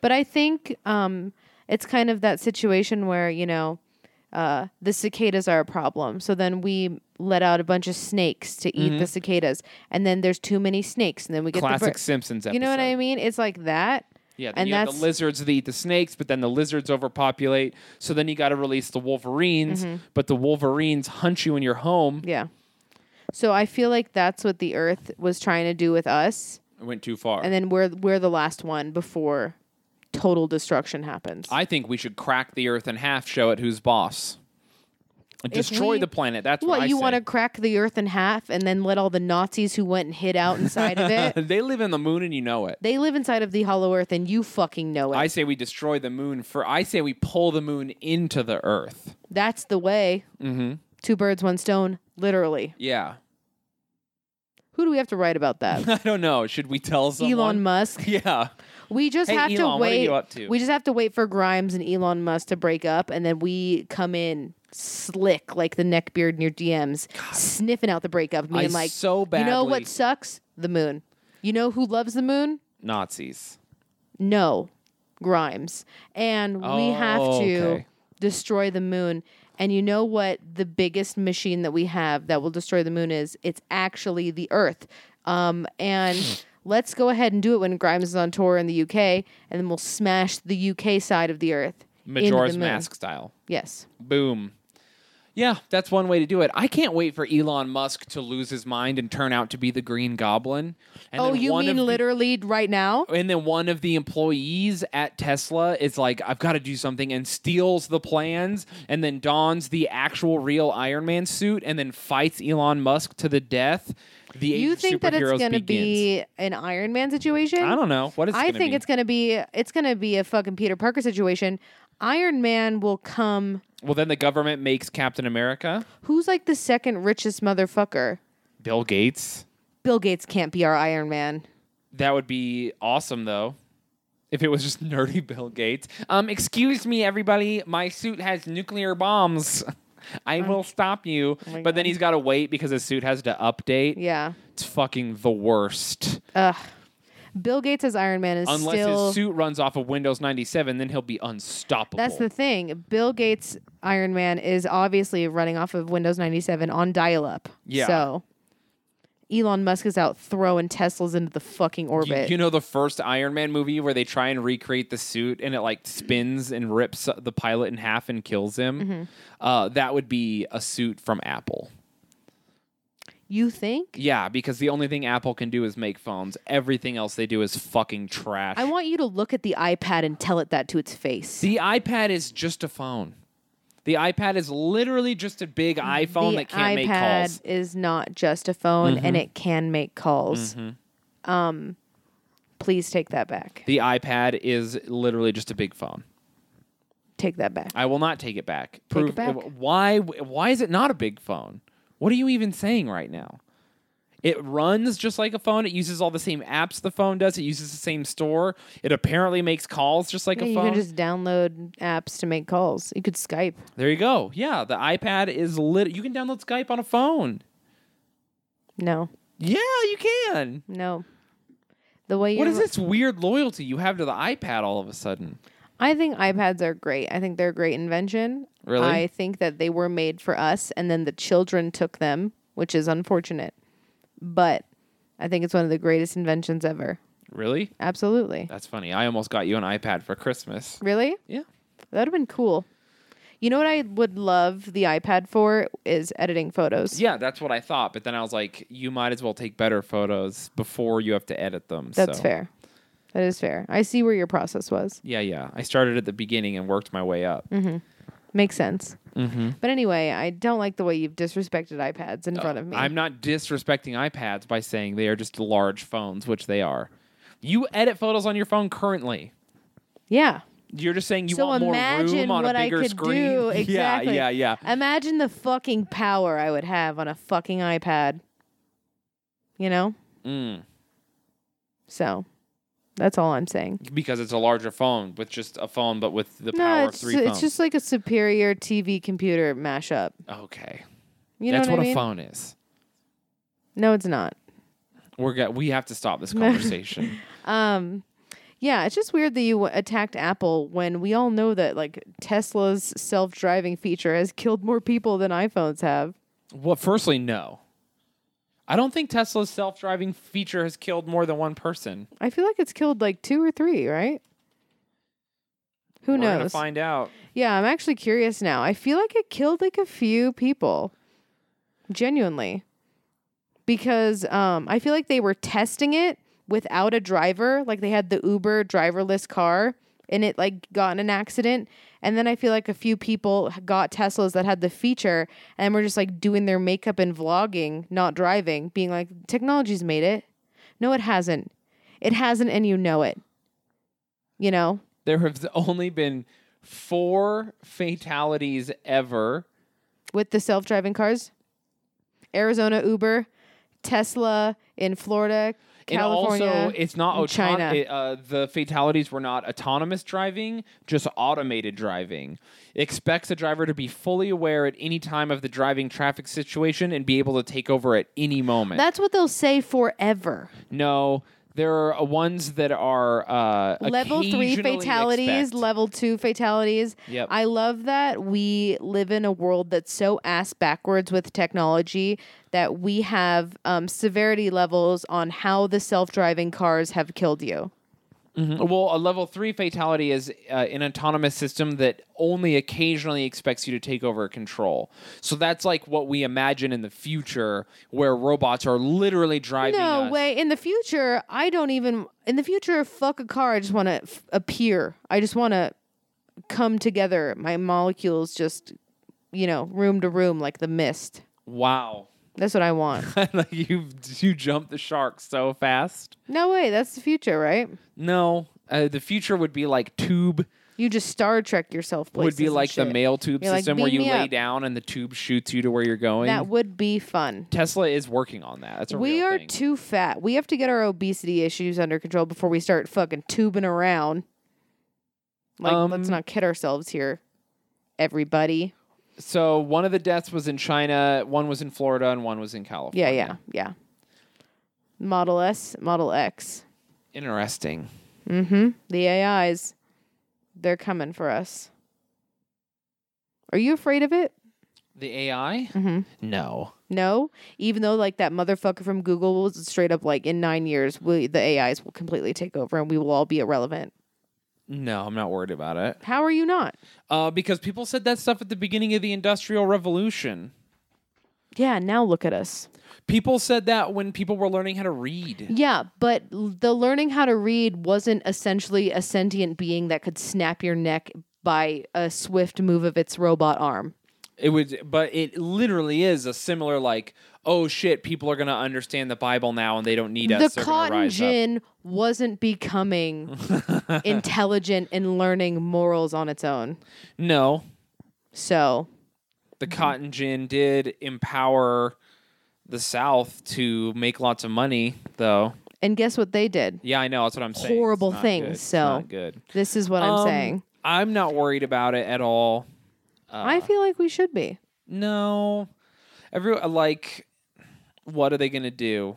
B: But I think um, it's kind of that situation where, you know, uh, the cicadas are a problem. So then we let out a bunch of snakes to eat the cicadas. And then there's too many snakes. And then we get the
C: Mm-hmm. Classic
B: bir-
C: Simpsons episode.
B: You know what I mean? It's like that.
C: Yeah, then
B: and
C: you have the
B: that's-
C: lizards that eat the snakes, but then the lizards overpopulate. So then you got to release the wolverines,
B: Mm-hmm.
C: but the wolverines hunt you in your home.
B: Yeah. So I feel like that's what the earth was trying to do with us.
C: It went too far.
B: And then we're, we're the last one before total destruction happens.
C: I think we should crack the earth in half, show it who's boss. Destroy
B: we-
C: the planet. That's what,
B: What
C: I
B: you
C: say.
B: want to crack the earth in half and then let all the Nazis who went and hid out inside of it?
C: They live in the moon and you know it.
B: They live inside of the hollow earth and you fucking know it.
C: I say we destroy the moon for I say we pull the moon into the earth.
B: That's the way. Mm-hmm. Two birds, one stone, literally.
C: Yeah.
B: Who do we have to write about that?
C: I don't know. Should we tell someone?
B: Elon Musk.
C: Yeah.
B: We just
C: Hey,
B: have
C: Elon,
B: to
C: what are
B: wait.
C: you up to?
B: We just have to wait for Grimes and Elon Musk to break up, and then we come in slick like the neckbeard in your DMs, sniffing out the breakup, being
C: I
B: like,
C: so
B: You know what
C: badly-
B: sucks? The moon. You know who loves the moon?
C: Nazis.
B: no grimes and we have
C: Oh,
B: to
C: okay.
B: destroy the moon and you know what the biggest machine that we have that will destroy the moon is it's actually the earth um,
C: Hmm.
B: and let's go ahead and do it when grimes is on tour in the uk and then we'll smash the uk side of the earth into the
C: Majora's
B: moon.
C: Mask style.
B: yes
C: Boom. Yeah, that's one way to do it. I can't wait for Elon Musk to lose his mind and turn out to be the Green Goblin. And
B: oh
C: then
B: you
C: one
B: mean
C: of the- Oh,
B: literally right now
C: and then one of the employees at Tesla is like, I've got to do something, and steals the plans, and then dons the actual real Iron Man suit, and then fights Elon Musk to the death. The
B: you
C: age of
B: think that it's
C: superheroes
B: going to
C: begins.
B: be an iron man situation
C: I don't know what is.
B: I think it's gonna be it's gonna be a fucking Peter Parker situation. Iron Man will come.
C: well. Then the government makes Captain America.
B: Who's like the second richest motherfucker?
C: Bill Gates.
B: Bill Gates can't be our Iron Man.
C: That would be awesome, though. If it was just nerdy Bill Gates. Um, excuse me, everybody. My suit has nuclear bombs. I will stop you. but then he's got to wait because his suit has to update.
B: Oh Yeah.
C: It's fucking the worst.
B: Bill Gates as Iron Man is
C: Unless
B: still.
C: his suit runs off of Windows 97, then he'll be unstoppable.
B: that's the thing. Bill Gates Iron Man is obviously running off of Windows 97 on dial up.
C: Yeah.
B: So Elon Musk is out throwing Teslas into the fucking
C: You-
B: orbit.
C: You, know the first Iron Man movie where they try and recreate the suit and it like spins and rips the pilot in half and kills him?
B: Mm-hmm.
C: Uh, that would be a suit from Apple.
B: you think?
C: Yeah, because the only thing Apple can do is make phones. Everything else they do is fucking trash.
B: I want you to look at the iPad and tell it that to its face.
C: the iPad is just a phone. The iPad is literally just a big iPhone
B: the
C: that can't
B: iPad
C: make calls. Mm-hmm.
B: is not just a phone and it can make calls. Um, please take that back.
C: The iPad is literally just a big phone.
B: Take that back.
C: I will not take it back.
B: Take it back.
C: Why? Why is it not a big phone? What are you even saying right now? It runs just like a phone. It uses all the same apps the phone does. It uses the same store. It apparently makes calls just like
B: Yeah,
C: a
B: you
C: phone.
B: can just download apps to make calls. You could Skype.
C: There you go. Yeah, the iPad is lit. You can download Skype on a phone.
B: No,
C: Yeah, you can.
B: no. The way you
C: What is this weird loyalty you have to the iPad all of a sudden?
B: I think iPads are great. I think they're a great invention.
C: Really?
B: I think that they were made for us and then the children took them, which is unfortunate. But I think it's one of the greatest inventions ever.
C: Really?
B: Absolutely.
C: That's funny. I almost got you an iPad for Christmas.
B: Really?
C: Yeah.
B: That would have been cool. You know what I would love the iPad for is editing photos.
C: Yeah, that's what I thought. But then I was like, you might as well take better photos before you have to edit them.
B: That's
C: so.
B: fair. That is fair. I see where your process was.
C: Yeah, yeah. I started at the beginning and worked my way up.
B: Makes sense.
C: Mm-hmm.
B: But anyway, I don't like the way you've disrespected iPads in front of me.
C: Oh, I'm not disrespecting iPads by saying they are just large phones, which they are. You edit photos on your phone currently.
B: yeah.
C: You're just saying you
B: so
C: want more
B: imagine
C: room on
B: what
C: a
B: I
C: bigger
B: could
C: screen.
B: do. Exactly.
C: Yeah, yeah, yeah.
B: Imagine the fucking power I would have on a fucking iPad. You know?
C: Mm.
B: So that's all I'm saying.
C: Because it's a larger phone with just a phone, but with the
B: No,
C: power of
B: it's,
C: three
B: it's
C: phones.
B: just like a superior TV computer mashup.
C: okay.
B: You know
C: That's
B: what,
C: what
B: I mean?
C: a phone is.
B: No, it's not.
C: We're go- we have to stop this conversation.
B: Um, Yeah, it's just weird that you attacked Apple when we all know that like Tesla's self-driving feature has killed more people than iPhones have.
C: Well, firstly, no. I don't think Tesla's self-driving feature has killed more than one person.
B: I feel like it's killed like 2 or 3, right? Who
C: We're gonna
B: knows?
C: find out.
B: yeah, I'm actually curious now. I feel like it killed like a few people. Genuinely. Because um I feel like they were testing it without a driver, like they had the Uber driverless car and it like got in an accident and then I feel like a few people got Teslas that had the feature and were just like doing their makeup and vlogging, not driving, being like technology's made it. No it hasn't. It hasn't and you know it. You know?
C: There have only been four fatalities ever.
B: with the self-driving cars arizona uber tesla in florida california
C: and also, it's not
B: and
C: auto-
B: China.
C: it, uh, the fatalities were not autonomous driving, just automated driving. It expects the driver to be fully aware at any time of the driving traffic situation and be able to take over at any moment.
E: That's what they'll say forever.
C: no, there are uh, ones that are uh,
B: level three
C: occasionally
B: fatalities
C: expect.
B: level two fatalities
C: Yep.
B: i love that we live in a world that's so ass backwards with technology that we have um, severity levels on how the self-driving cars have killed you
C: Mm-hmm. Well, a level three fatality is uh, an autonomous system that only occasionally expects you to take over control. So that's like what we imagine in the future, where robots are literally driving.
B: no
C: us.
B: way in the future i don't even in the future fuck a car i just want to f- appear i just want to come together my molecules just you know room to room like the mist
C: Wow,
B: that's what i want
C: like you you jump the shark so fast.
B: no way that's the future right
C: No, uh, the future would be like tube.
B: you just star trek yourself places
C: Would be
B: and
C: like the
B: shit.
C: mail tube
B: You're like,
C: system where
B: "Beam
C: you
B: me
C: lay
B: up."
C: down and the tube shoots you to where you're going.
B: that would be fun
C: Tesla is working on that. That's a
B: we
C: real
B: are
C: thing.
B: too fat we have to get our obesity issues under control before we start fucking tubing around like let's
C: Um,
B: not kid ourselves here everybody
C: so one of the deaths was in China, one was in Florida, and one was in California.
B: Yeah, yeah, yeah. Model S, Model X.
C: Interesting.
B: Mm-hmm. The AIs, they're coming for us. Are you afraid of it?
C: The AI?
B: Mm-hmm.
C: No.
B: No, even though like that motherfucker from Google was straight up like in nine years, we, the AIs will completely take over and we will all be irrelevant.
C: No, I'm not worried about it.
B: How are you not?
C: Uh, because people said that stuff at the beginning of the Industrial Revolution.
B: Yeah, now look at us.
C: People said that when people were learning how to read.
B: Yeah, but l- the learning how to read wasn't essentially a sentient being that could snap your neck by a swift move of its robot arm.
C: It was, but it literally is a similar like, oh shit, people are gonna understand the Bible now and they don't need us.
B: the
C: They're gonna
B: cotton
C: rise up.
B: gin wasn't becoming intelligent and learning morals on its own.
C: No,
B: So
C: the
B: Mm-hmm.
C: cotton gin did empower the South to make lots of money, though.
B: and guess what they did?
C: Yeah, I know. That's what I'm saying. It's
B: Horrible
C: not
B: things,
C: good. It's
B: so-
C: not good.
B: This is what
C: Um,
B: I'm saying.
C: I'm not worried about it at all. uh,
B: I feel like we should be.
C: No, every like, what are they gonna do?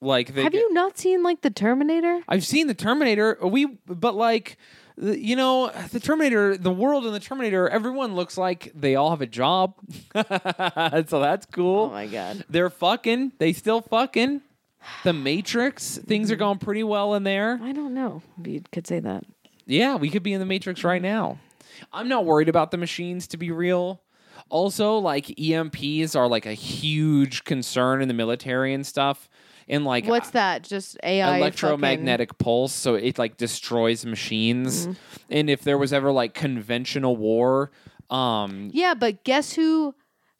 C: Like, they
B: Have
C: get-
B: you not seen like the Terminator?
C: I've seen the Terminator. We, but like, the- you know, the Terminator, the world in the Terminator, everyone looks like they all have a job, so that's cool.
B: Oh my god.
C: They're fucking. They still fucking. The Matrix. Things are going pretty well in there.
B: I don't know if you could say that.
C: Yeah, we could be in the Matrix right now. I'm not worried about the machines to be real. Also, like EMPs are like a huge concern in the military and stuff. And like
B: What's that? Just AI
C: electromagnetic pulse, so it like destroys
B: Mm-hmm.
C: machines. And if there was ever like conventional war, um
B: Yeah, but guess who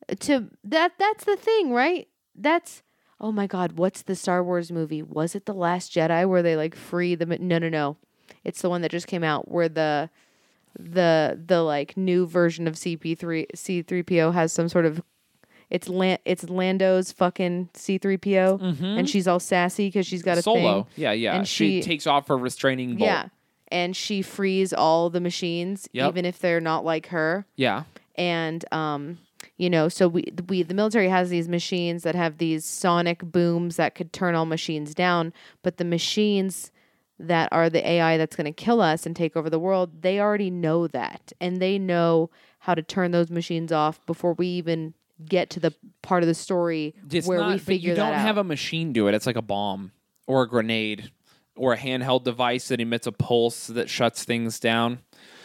B: uh, to that that's the thing, right? That's Oh my god, what's the Star Wars movie? Was it The Last Jedi where they like free the mi- No, no, no. It's the one that just came out where the the the like new version of CP3 C3PO has some sort of it's Lan- it's Lando's fucking C3PO and she's all sassy cuz she's got a
C: Mm-hmm. solo.
B: thing.
C: Yeah, yeah.
B: And
C: she,
B: she-
C: takes off her restraining bolt.
B: Yeah. And she frees all the machines
C: Yep.
B: even if they're not like her
C: Yeah.
B: and um you know so we we the military has these machines that have these sonic booms that could turn all machines down but the machines that are the AI that's going to kill us and take over the world, they already know that. And they know how to turn those machines off before we even get to the part of the story
C: It's
B: where
C: not,
B: we figure
C: but you
B: that
C: don't
B: out.
C: have a machine do it. It's like a bomb or a grenade or a handheld device that emits a pulse that shuts things down.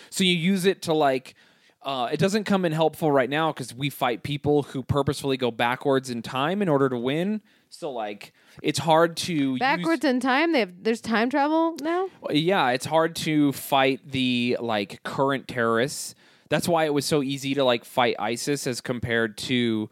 C: So you use it to like. Uh, it doesn't come in helpful right now because we fight people who purposefully go backwards in time in order to win. So like, it's hard to use-
B: Backwards in time, they have, there's time travel now.
C: Yeah, it's hard to fight the like current terrorists. That's why it was so easy to like fight ISIS as compared to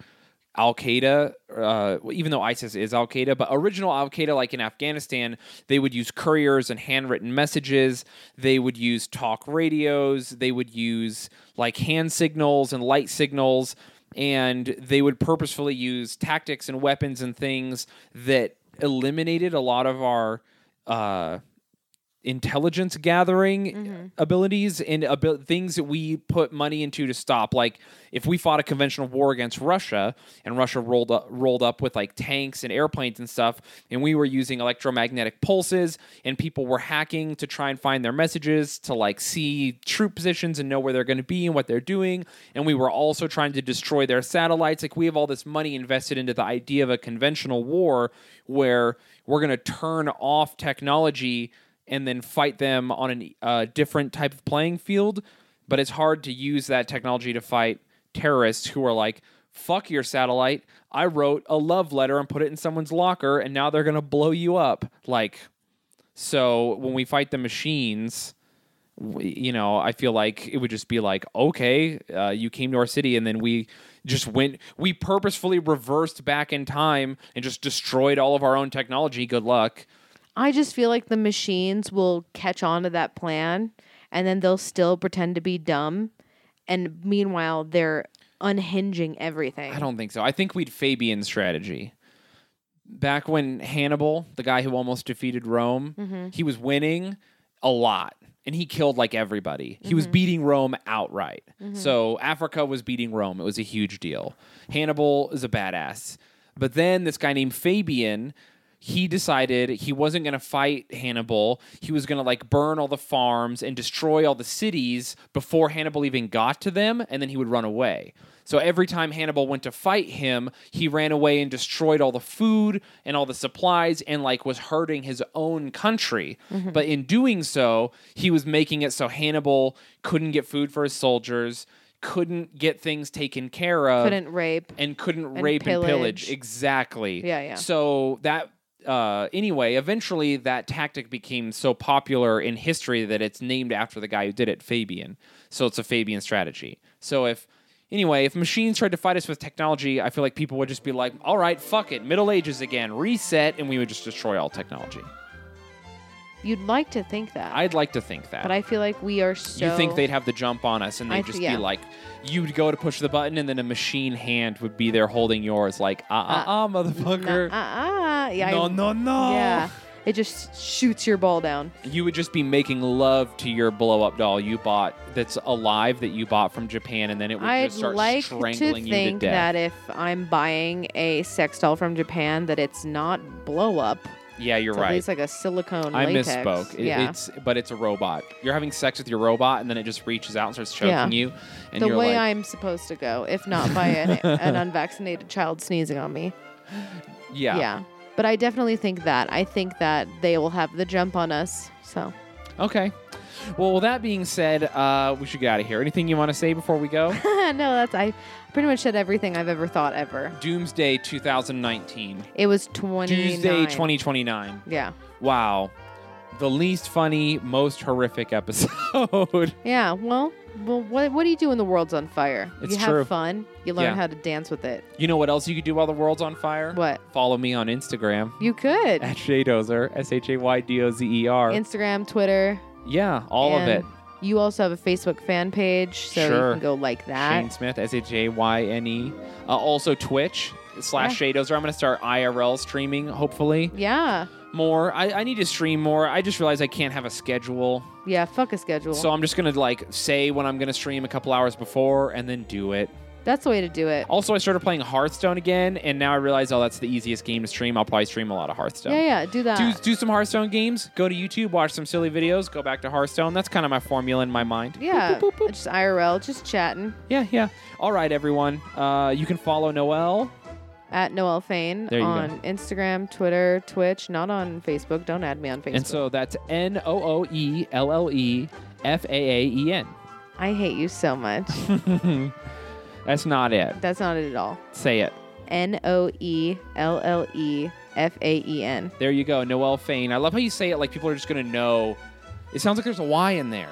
C: Al Qaeda. Uh, well, even though ISIS is Al Qaeda, but original Al Qaeda, like in Afghanistan, they would use couriers and handwritten messages. They would use talk radios. They would use like hand signals and light signals, and they would purposefully use tactics and weapons and things that eliminated a lot of our. Uh, intelligence gathering abilities and abil- things that we put money into to stop. Like if we fought a conventional war against Russia and Russia rolled up, rolled up with like tanks and airplanes and stuff, and we were using electromagnetic pulses and people were hacking to try and find their messages to like see troop positions and know where they're going to be and what they're doing. And we were also trying to destroy their satellites. Like we have all this money invested into the idea of a conventional war where we're going to turn off technology and then fight them on a uh, different type of playing field. But it's hard to use that technology to fight terrorists who are like, fuck your satellite. I wrote a love letter and put it in someone's locker, and now they're going to blow you up. Like, so when we fight the machines, we, you know, I feel like it would just be like, okay, uh, you came to our city, and then we just went, we purposefully reversed back in time and just destroyed all of our own technology. Good luck.
B: I just feel like the machines will catch on to that plan and then they'll still pretend to be dumb. And meanwhile, they're unhinging everything.
C: I don't think so. I think we'd Fabian strategy. Back when Hannibal, the guy who almost defeated Rome, he was winning a lot and he killed like everybody. He was beating Rome outright. So Africa was beating Rome. It was a huge deal. Hannibal is a badass. But then this guy named Fabian, he decided he wasn't going to fight Hannibal. He was going to like burn all the farms and destroy all the cities before Hannibal even got to them, and then he would run away. So every time Hannibal went to fight him, he ran away and destroyed all the food and all the supplies and like was hurting his own country. But in doing so, he was making it so Hannibal couldn't get food for his soldiers, couldn't get things taken care of
B: Couldn't rape.
C: and couldn't rape and pillage
B: pillage.
C: exactly
B: Yeah, yeah.
C: so that uh, anyway eventually that tactic became so popular in history that it's named after the guy who did it fabian so it's a fabian strategy so if anyway if machines tried to fight us with technology i feel like people would just be like all right fuck it middle ages again reset and we would just destroy all technology
B: You'd like to think that.
C: i'd like to think that
B: but I feel like we are so.
C: you think they'd have the jump on us and
B: I
C: they'd
B: th-
C: just
B: yeah.
C: be like you'd go to push the button and then a machine hand would be there holding yours like ah
B: Uh,
C: ah, ah motherfucker
B: Ah, ah, yeah. I-
C: no no no
B: Yeah. It just shoots your ball down.
C: you would just be making love to your blow up doll you bought that's alive that you bought from Japan and then it would
B: I'd
C: just start
B: like to
C: strangling you
B: think
C: to death
B: that if I'm buying a sex doll from Japan, that it's not blow up.
C: yeah you're
B: It's At
C: right
B: least like a silicone.
C: I
B: latex.
C: misspoke. It-
B: yeah.
C: It's but it's a robot. You're having sex with your robot, and then it just reaches out and starts choking
B: Yeah.
C: you. And
B: the
C: you're
B: way
C: like,
B: I'm supposed to go, if not by an, an unvaccinated child sneezing on me. Yeah. But I definitely think that. I think that they will have the jump on us. So
C: Okay. Well, with that being said, uh, we should get out of here. Anything you want to say before we go?
B: no, that's I pretty much said everything I've ever thought ever.
C: Doomsday 2019.
B: It was twenty.
C: Tuesday 2029.
B: Yeah.
C: Wow. The least funny, most horrific episode.
B: Yeah. Well, well, what what do you do when the world's on fire?
C: It's
B: you
C: true.
B: have fun. You learn
C: Yeah.
B: how to dance with it.
C: you know what else you could do while the world's on fire?
B: What?
C: Follow me on Instagram
B: You could.
C: at Shaydozer, S H A Y D O Z E R.
B: Instagram, Twitter,
C: Yeah, all of
B: and
C: it.
B: You also have a Facebook fan page, so
C: Sure.
B: you can go like that.
C: Shane Smith, S H A Y N E. Uh, also, Twitch slash Shaydozer. I'm going to start IRL streaming, hopefully.
B: Yeah.
C: more. I, I need to stream more. I just realized I can't have a schedule.
B: Yeah. Fuck a schedule.
C: So I'm just gonna like say when I'm gonna stream a couple hours before and then do it.
B: That's the way to do it.
C: Also, I started playing Hearthstone again, and now I realize, oh, that's the easiest game to stream. I'll probably stream a lot of Hearthstone.
B: Yeah, yeah, do that.
C: Do, do some Hearthstone games. Go to YouTube, watch some silly videos, go back to Hearthstone. That's kind of my formula in my mind.
B: yeah, just IRL, just chatting
C: Yeah, yeah. All right, everyone. Uh, you can follow Noel.
B: at Noel Fain
C: There you go.
B: on Instagram, Twitter, Twitch, not on Facebook. Don't add me on Facebook.
C: And so that's N O O E L L E F A A E N.
B: I hate you so much.
C: That's not it.
B: That's not it at all.
C: Say it.
B: N O E L L E F A E N.
C: There you go, Noel Fain. I love how you say it like people are just gonna know. It sounds like there's a Y in there.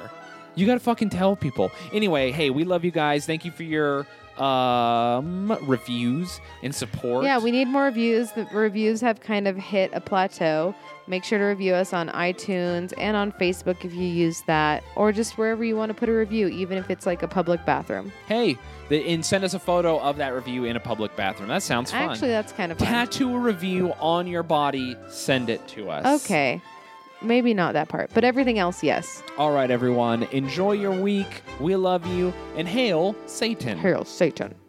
C: You gotta fucking tell people. Anyway, hey, we love you guys. Thank you for your um reviews and support.
B: Yeah, we need more reviews. The reviews have kind of hit a plateau. Make sure to review us on iTunes and on Facebook if you use that, or just wherever you want to put a review, even if it's like a public bathroom.
C: hey, the, and send us a photo of that review in a public bathroom. That sounds fun.
B: Actually, that's kind of fun.
C: Tattoo a review on your body. Send it to us.
B: Okay. Maybe not that part, but everything else, yes.
C: All right, everyone. Enjoy your week. We love you. And hail Satan.
B: Hail Satan.